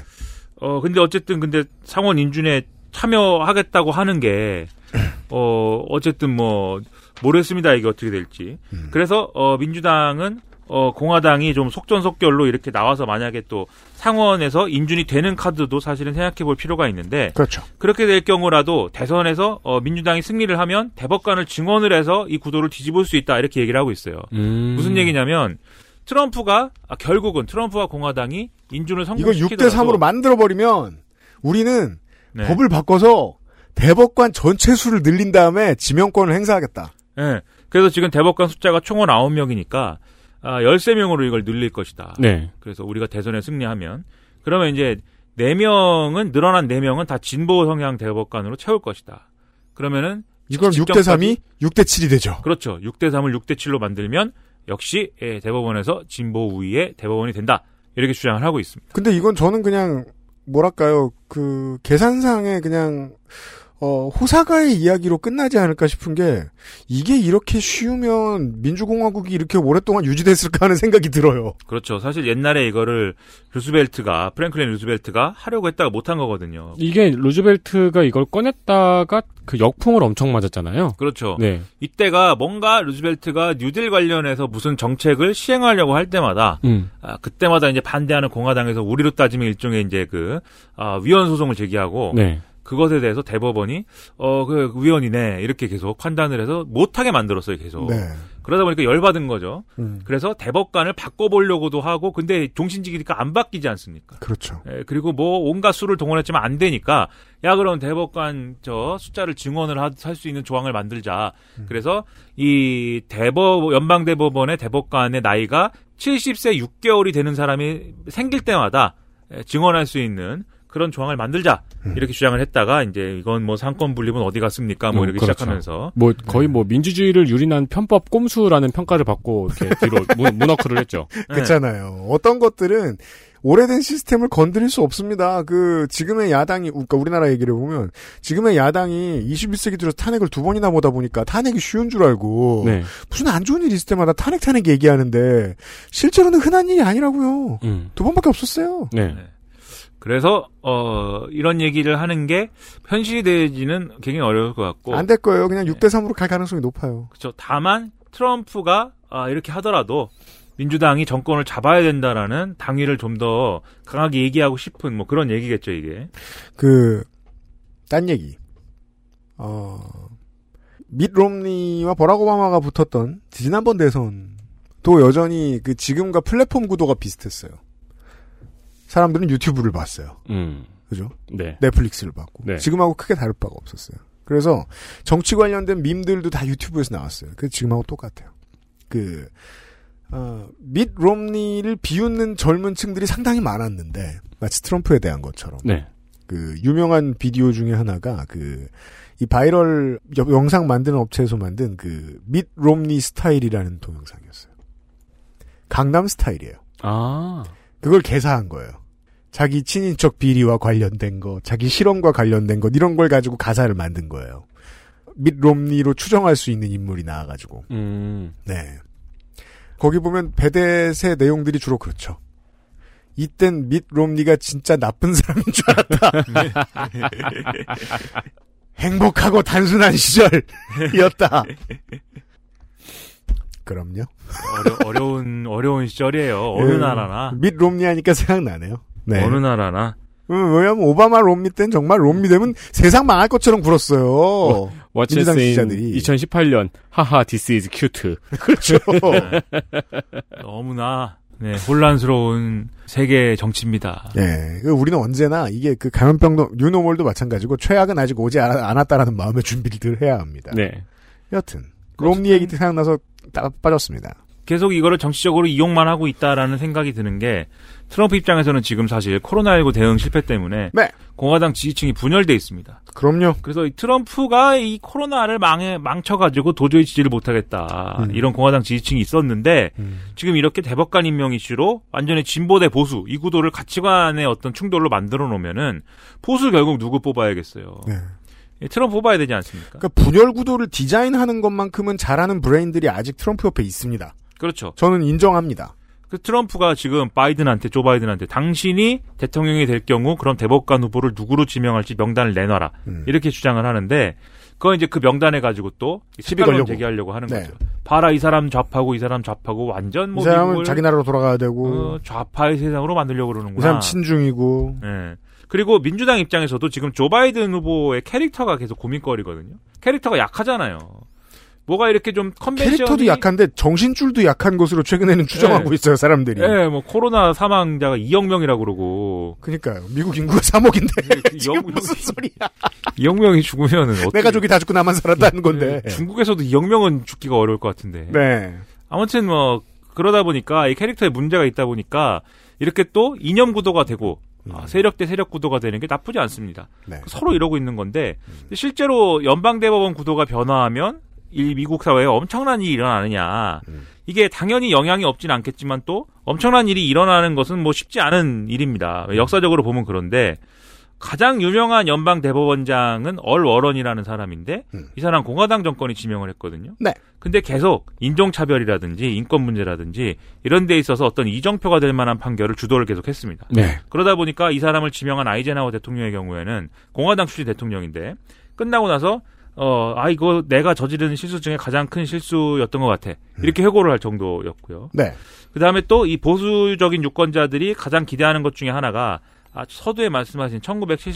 S8: 어, 근데 어쨌든 근데 상원 인준에 참여하겠다고 하는 게,
S2: 음.
S8: 어, 어쨌든 뭐, 모르겠습니다. 이게 어떻게 될지. 그래서, 어, 민주당은 어, 공화당이 좀 속전속결로 이렇게 나와서 만약에 또 상원에서 인준이 되는 카드도 사실은 생각해 볼 필요가 있는데
S2: 그렇죠.
S8: 그렇게 될 경우라도 대선에서 어, 민주당이 승리를 하면 대법관을 증언을 해서 이 구도를 뒤집을 수 있다 이렇게 얘기를 하고 있어요. 음.
S2: 음.
S8: 무슨 얘기냐면 트럼프가 아, 결국은 트럼프와 공화당이 인준을
S2: 이거
S8: 성공시키더라도
S2: 6대 3으로 만들어 버리면 우리는
S8: 네.
S2: 법을 바꿔서 대법관 전체 수를 늘린 다음에 지명권을 행사하겠다.
S8: 예. 그래서 지금 대법관 숫자가 총원 9명이니까 아, 13명으로 이걸 늘릴 것이다.
S3: 네.
S8: 그래서 우리가 대선에 승리하면 그러면 이제 4명은 늘어난 4명은 다 진보 성향 대법관으로 채울 것이다. 그러면은
S2: 이걸 6대 3이 6대 7이 되죠.
S8: 그렇죠. 6대 3을 6대 7로 만들면 역시 예, 대법원에서 진보 우위의 대법원이 된다. 이렇게 주장을 하고 있습니다.
S2: 근데 이건 저는 그냥 뭐랄까요 그 계산상에 그냥 어, 호사가의 이야기로 끝나지 않을까 싶은 게 이게 이렇게 쉬우면 민주공화국이 이렇게 오랫동안 유지됐을까 하는 생각이 들어요.
S8: 그렇죠. 사실 옛날에 이거를 루스벨트가 프랭클린 루스벨트가 하려고 했다가 못한 거거든요.
S3: 이게 루즈벨트가 이걸 꺼냈다가 그 역풍을 엄청 맞았잖아요.
S8: 그렇죠.
S3: 네.
S8: 이때가 뭔가 루즈벨트가 뉴딜 관련해서 무슨 정책을 시행하려고 할 때마다
S3: 음.
S8: 아, 그때마다 이제 반대하는 공화당에서 우리로 따지면 일종의 이제 그 아, 위헌 소송을 제기하고
S3: 네.
S8: 그것에 대해서 대법원이 어그 위헌이네 이렇게 계속 판단을 해서 못하게 만들었어요 계속
S2: 네.
S8: 그러다 보니까 열받은 거죠.
S2: 음.
S8: 그래서 대법관을 바꿔보려고도 하고 근데 종신직이니까 그러니까 안 바뀌지 않습니까?
S2: 그렇죠.
S8: 예, 그리고 뭐 온갖 수를 동원했지만 안 되니까 야 그럼 대법관 저 숫자를 증언을 할 수 있는 조항을 만들자. 그래서 이 대법 연방 대법원의 대법관의 나이가 70세 6개월이 되는 사람이 생길 때마다 예, 증언할 수 있는 그런 조항을 만들자 이렇게 주장을 했다가 이제 이건 뭐 상권 분립은 어디 갔습니까?
S3: 음,
S8: 뭐 이렇게
S3: 그렇죠.
S8: 시작하면서
S3: 뭐 거의 뭐 민주주의를 유린한 편법 꼼수라는 평가를 받고 이렇게 뒤로 문, 문워크를 했죠.
S8: 네. 예,
S2: 그렇잖아요. 어떤 것들은 오래된 시스템을 건드릴 수 없습니다. 그 지금의 야당이 그러니까 우리나라 얘기를 보면 지금의 야당이 21세기 들어서 탄핵을 두 번이나 보다 보니까 탄핵이 쉬운 줄
S8: 어.
S2: 알고
S3: 네.
S2: 무슨 안 좋은 일 있을 때마다 탄핵 탄핵 얘기하는데 실제로는 흔한 일이 아니라고요.
S3: 음.
S2: 두 번밖에 없었어요.
S3: 네.
S8: 그래서 어 이런 얘기를 하는 게 현실이 되지는 굉장히 어려울 것 같고
S2: 안 될 거예요. 그냥 6대 3으로 갈 가능성이 높아요.
S8: 그렇죠. 다만 트럼프가 아, 이렇게 하더라도 민주당이 정권을 잡아야 된다라는 당위를 좀 더 강하게 얘기하고 싶은 뭐 그런 얘기겠죠 이게.
S2: 그딴 얘기. 어, 밑 롬니와 버락 오바마가 붙었던 지난번 대선도 여전히 그 지금과 플랫폼 구도가 비슷했어요. 사람들은 유튜브를 봤어요.
S3: 음.
S2: 그죠?
S3: 네.
S2: 넷플릭스를 봤고
S3: 네.
S2: 지금하고 크게 다를 바가 없었어요. 그래서 정치 관련된 밈들도 다 유튜브에서 나왔어요. 그 지금하고 똑같아요. 그 어, 밑 롬니를 비웃는 젊은 층들이 상당히 많았는데 마치 트럼프에 대한 것처럼
S3: 네.
S2: 그 유명한 비디오 중에 하나가 그 이 바이럴 여- 영상 만드는 업체에서 만든 그 밑 롬니 스타일이라는 동영상이었어요. 강남 스타일이에요.
S3: 아.
S2: 그걸 개사한 거예요. 자기 친인척 비리와 관련된 거, 자기 실험과 관련된 것 이런 걸 가지고 가사를 만든 거예요. 밑 롬니로 추정할 수 있는 인물이 나와가지고
S3: 음.
S2: 네. 거기 보면 베댓의 내용들이 주로 그렇죠. 이땐 밑 롬니가 진짜 나쁜 사람인 줄
S8: (laughs)
S2: 알았다. 행복하고 단순한 시절이었다. 그럼요.
S8: 어려, 어려운 어려운 시절이에요. 어느
S2: 음,
S8: 나라나
S2: 밑 롬니 하니까 생각나네요. 네.
S8: 어느 나라나
S2: 음, 왜냐면 오바마 롬니 때는 정말 롬니 되면 세상 망할 것처럼
S8: (laughs)
S2: 굴었어요. 민주당
S3: 왓츠인
S2: 지지자들이.
S3: 2018년 하하 디스 이즈 큐트.
S2: 그렇죠.
S8: 너무나 네, 혼란스러운 세계 정치입니다.
S2: (laughs) 예, 그 우리는 언제나 이게 그 감염병도 뉴노멀도 마찬가지고 최악은 아직 오지 않- 않았다라는 마음의 준비를 늘 해야 합니다.
S3: 네.
S2: 여튼 롬니 얘기 생각나서 따 빠졌습니다.
S8: 계속 이거를 정치적으로 이용만 하고 있다라는 생각이 드는 게 트럼프 입장에서는 지금 사실 코로나19 대응 실패 때문에
S2: 네.
S8: 공화당 지지층이 분열돼 있습니다.
S2: 그럼요.
S8: 그래서 이 트럼프가 이 코로나를 망해 망쳐가지고 도저히 지지를 못하겠다
S3: 음.
S8: 이런 공화당 지지층이 있었는데
S2: 음.
S8: 지금 이렇게 대법관 임명 이슈로 완전히 진보 대 보수 이 구도를 가치관의 어떤 충돌로 만들어 놓으면은 보수 결국 누구 뽑아야겠어요.
S2: 네.
S8: 이 트럼프 뽑아야 되지 않습니까?
S2: 그러니까 분열 구도를 디자인하는 것만큼은 잘하는 브레인들이 아직 트럼프 옆에 있습니다.
S8: 그렇죠.
S2: 저는 인정합니다.
S8: 그 트럼프가 지금 바이든한테 조 바이든한테 당신이 대통령이 될 경우 그럼 대법관 후보를 누구로 지명할지 명단을 내놔라
S2: 음.
S8: 이렇게 주장을 하는데 그건 이제 그 명단에 가지고 또
S2: 시비
S8: 시비 걸려
S2: 걸려고.
S8: 제기하려고 하는
S2: 네.
S8: 거죠. 봐라 이 사람 좌파고 이 사람 좌파고 완전
S2: 이
S8: 뭐
S2: 사람은
S8: 미국을
S2: 자기 나라로 돌아가야 되고
S8: 어, 아. 좌파의 세상으로
S2: 이
S8: 만들려고 그러는구나.
S2: 사람 친중이고
S8: 예. 그리고 민주당 입장에서도 지금 조 바이든 후보의 캐릭터가 계속 고민거리거든요. 캐릭터가 약하잖아요. 뭐가 이렇게 좀 컨벤션이
S2: 캐릭터도 약한데 정신줄도 약한 것으로 최근에는 추정하고
S8: 예.
S2: 있어요 사람들이.
S8: 예, 뭐 코로나 사망자가 2억 명이라고
S2: (laughs)
S8: 그러고.
S2: 그러니까요. 미국 인구가 3억인데
S8: 지금 무슨 소리야? 2억 명이 죽으면은
S2: 내
S8: 어떻게-
S2: 가족이 다 죽고 나만 살았다는 건데.
S8: 예, 중국에서도 2억 명은 죽기가 어려울 것 같은데.
S2: 네.
S8: 아무튼 뭐 그러다 보니까 이 캐릭터에 문제가 있다 보니까 이렇게 또 이념 구도가 되고 아, 세력 대 세력 구도가 되는 게 나쁘지 않습니다.
S2: 네.
S8: 서로 이러고 있는 건데 실제로 연방 대법원 구도가 변화하면 이 미국 사회에 엄청난 일이 일어나느냐. 이게 당연히 영향이 없진 않겠지만 또 엄청난 일이 일어나는 것은 뭐 쉽지 않은 일입니다. 역사적으로 보면 그런데 가장 유명한 연방 대법원장은 얼 워런이라는 사람인데 이 사람 공화당 정권이 지명을 했거든요.
S2: 네.
S8: 근데 계속 인종차별이라든지 인권 문제라든지 이런 데 있어서 어떤 이정표가 될 만한 판결을 주도를 계속 했습니다.
S2: 네.
S8: 그러다 보니까 이 사람을 지명한 아이젠하워 대통령의 경우에는 공화당 출신 대통령인데 끝나고 나서 어, 아, 이거 내가 저지른 실수 중에 가장 큰 실수였던 것 같아. 이렇게 회고를 할 정도였고요.
S2: 네.
S8: 그 다음에 또 이 보수적인 유권자들이 가장 기대하는 것 중에 하나가 아, 서두에 말씀하신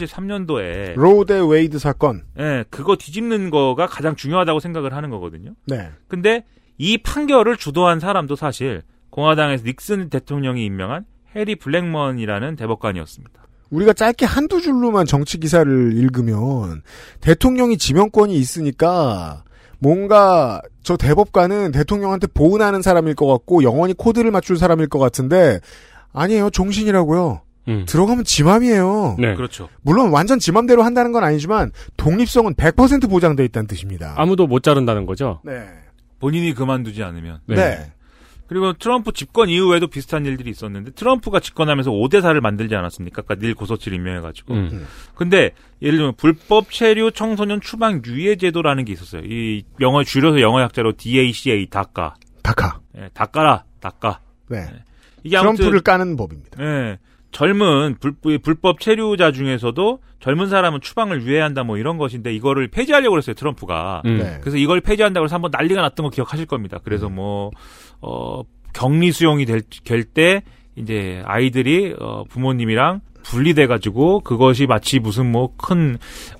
S8: 1973년도에
S2: 로우 대 웨이드 사건.
S8: 예, 그거 뒤집는 거가 가장 중요하다고 생각을 하는 거거든요.
S2: 네.
S8: 근데 이 판결을 주도한 사람도 사실 공화당에서 닉슨 대통령이 임명한 해리 블랙먼이라는 대법관이었습니다.
S2: 우리가 짧게 한두 줄로만 정치 기사를 읽으면 대통령이 지명권이 있으니까 뭔가 저 대법관은 대통령한테 보은하는 사람일 것 같고 영원히 코드를 맞출 사람일 것 같은데 아니에요 정신이라고요.
S3: 음.
S2: 들어가면 지맘이에요.
S3: 네.
S8: 그렇죠.
S2: 물론 완전 지맘대로 한다는 건 아니지만 독립성은 100% 보장돼 있다는 뜻입니다.
S3: 아무도 못 자른다는 거죠.
S2: 네.
S8: 본인이 그만두지 않으면.
S2: 네. 네.
S8: 그리고 트럼프 집권 이후에도 비슷한 일들이 있었는데 트럼프가 집권하면서 5대사를 만들지 않았습니까? 아까 닐 고서치를 임명해가지고.
S3: 음.
S8: 근데 예를 들면 불법 체류 청소년 추방 유예 제도라는 게 있었어요. 이 영어 줄여서 영어 약자로 DACA 다카.
S2: 다카.
S8: 예, 다까라 다까.
S2: 네.
S8: 이게 아무튼-
S2: 트럼프를 까는 법입니다.
S8: 예. 젊은 불, 불법 체류자 중에서도 젊은 사람은 추방을 유예한다 뭐 이런 것인데 이거를 폐지하려고 그랬어요 트럼프가
S3: 음. 네.
S8: 그래서 이걸 폐지한다고 해서 한번 난리가 났던 거 기억하실 겁니다 그래서 뭐, 뭐어 격리 수용이 될 때 이제 아이들이 어 부모님이랑 분리돼 가지고 그것이 마치 무슨 뭐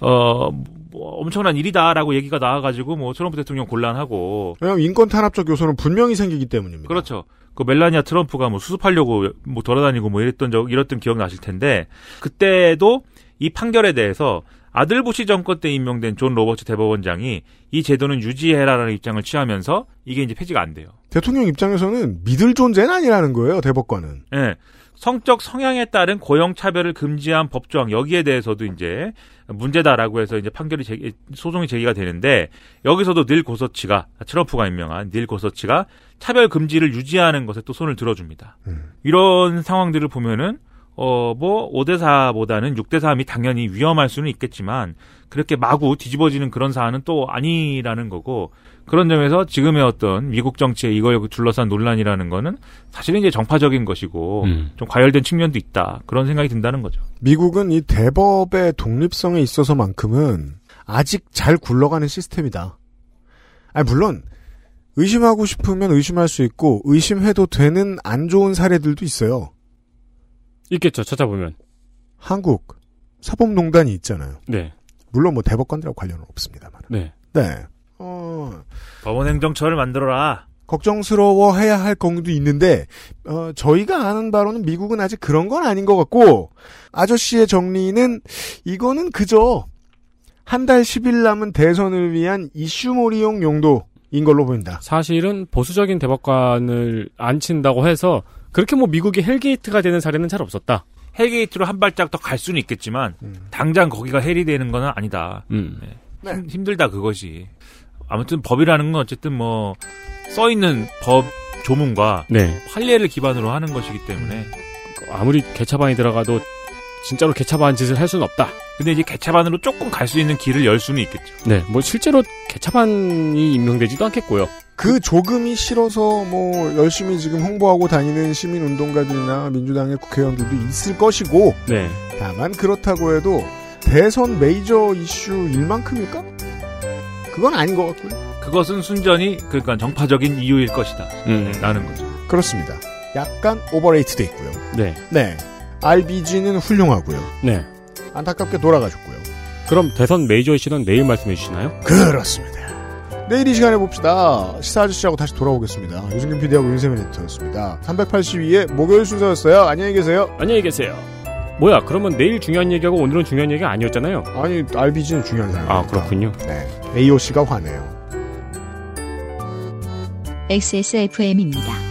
S8: 뭐큰어 뭐 엄청난 일이다라고 얘기가 나와가지고 뭐 트럼프 대통령 곤란하고
S2: 왜냐하면 인권 탄압적 요소는 분명히 생기기 때문입니다.
S8: 그렇죠. 그 멜라니아 트럼프가 뭐 수습하려고 뭐 돌아다니고 뭐 이랬던 적, 이랬던 기억 나실 텐데, 그때도 이 판결에 대해서 아들 부시 정권 때 임명된 존 로버츠 대법원장이 이 제도는 유지해라라는 입장을 취하면서 이게 이제 폐지가 안 돼요.
S2: 대통령 입장에서는 믿을 존재는 아니라는 거예요 대법관은.
S8: 예. 성적 성향에 따른 고용 차별을 금지한 법조항 여기에 대해서도 이제 문제다라고 해서 이제 판결이 제기, 소송이 제기가 되는데 여기서도 닐 고서치가 트럼프가 임명한 닐 고서치가 차별 금지를 유지하는 것에 또 손을 들어줍니다. 이런 상황들을 보면은 어뭐 5대 4보다는 6대 3이 당연히 위험할 수는 있겠지만 그렇게 마구 뒤집어지는 그런 사안은 또 아니라는 거고 그런 점에서 지금의 어떤 미국 정치의 이걸 둘러싼 논란이라는 거는 사실은 이제 정파적인 것이고
S13: 음.
S8: 좀 과열된 측면도 있다 그런 생각이 든다는 거죠.
S2: 미국은 이 대법의 독립성에 있어서만큼은 아직 잘 굴러가는 시스템이다. 아니, 물론, 의심하고 싶으면 의심할 수 있고, 의심해도 되는 안 좋은 사례들도 있어요.
S3: 있겠죠, 찾아보면.
S2: 한국, 사법농단이 있잖아요.
S3: 네.
S2: 물론 뭐 대법관들하고 관련은 없습니다만.
S3: 네.
S2: 네. 어,
S8: 법원 행정처를 만들어라.
S2: 걱정스러워해야 할 경우도 있는데 어, 저희가 아는 바로는 미국은 아직 그런 건 아닌 것 같고 아저씨의 정리는 이거는 그저 한 달 10일 남은 대선을 위한 이슈몰이용 용도인 걸로 보인다.
S3: 사실은 보수적인 대법관을 안 친다고 해서 그렇게 뭐 미국이 헬게이트가 되는 사례는 잘 없었다.
S8: 헬게이트로 한 발짝 더 갈 수는 있겠지만 당장 거기가 해리되는 건 아니다.
S3: 음.
S8: 네. 힘- 힘들다 그것이. 아무튼 법이라는 건 어쨌든 뭐 써 있는 법 조문과
S3: 네.
S8: 판례를 기반으로 하는 것이기 때문에
S3: 아무리 개차반이 들어가도 진짜로 개차반 짓을 할 수는 없다.
S8: 근데 이제 개차반으로 조금 갈 수 있는 길을 열 수는 있겠죠.
S3: 네, 뭐 실제로 개차반이 임명되지도 않겠고요.
S2: 그 조금이 싫어서 뭐 열심히 지금 홍보하고 다니는 시민 운동가들이나 민주당의 국회의원들도 있을 것이고
S3: 네.
S2: 다만 그렇다고 해도 대선 메이저 이슈일 만큼일까? 그건 아닌 것 같고요.
S8: 그것은 순전히 그러니까 정파적인 이유일 것이다.
S3: 음.
S8: 라는 거죠.
S2: 그렇습니다. 약간 오버레이트돼 있고요.
S3: 네.
S2: 네. RBG는 훌륭하고요.
S3: 네.
S2: 안타깝게 돌아가셨고요.
S3: 그럼 대선 메이저 이슈는 내일 말씀해 주시나요?
S2: 그렇습니다. 내일 이 시간에 봅시다. 시사 아저씨하고 다시 돌아오겠습니다. 유승균 PD하고 윤세민 에디터였습니다. 382의 목요일 순서였어요. 안녕히 계세요.
S3: 안녕히 계세요. 뭐야, 그러면 내일 중요한 얘기하고 오늘은 중요한 얘기가 아니었잖아요?
S2: 아니, RBG는 중요한 사람.
S3: 아, 그렇군요.
S2: 네. AOC가 화내요.
S1: XSFM입니다.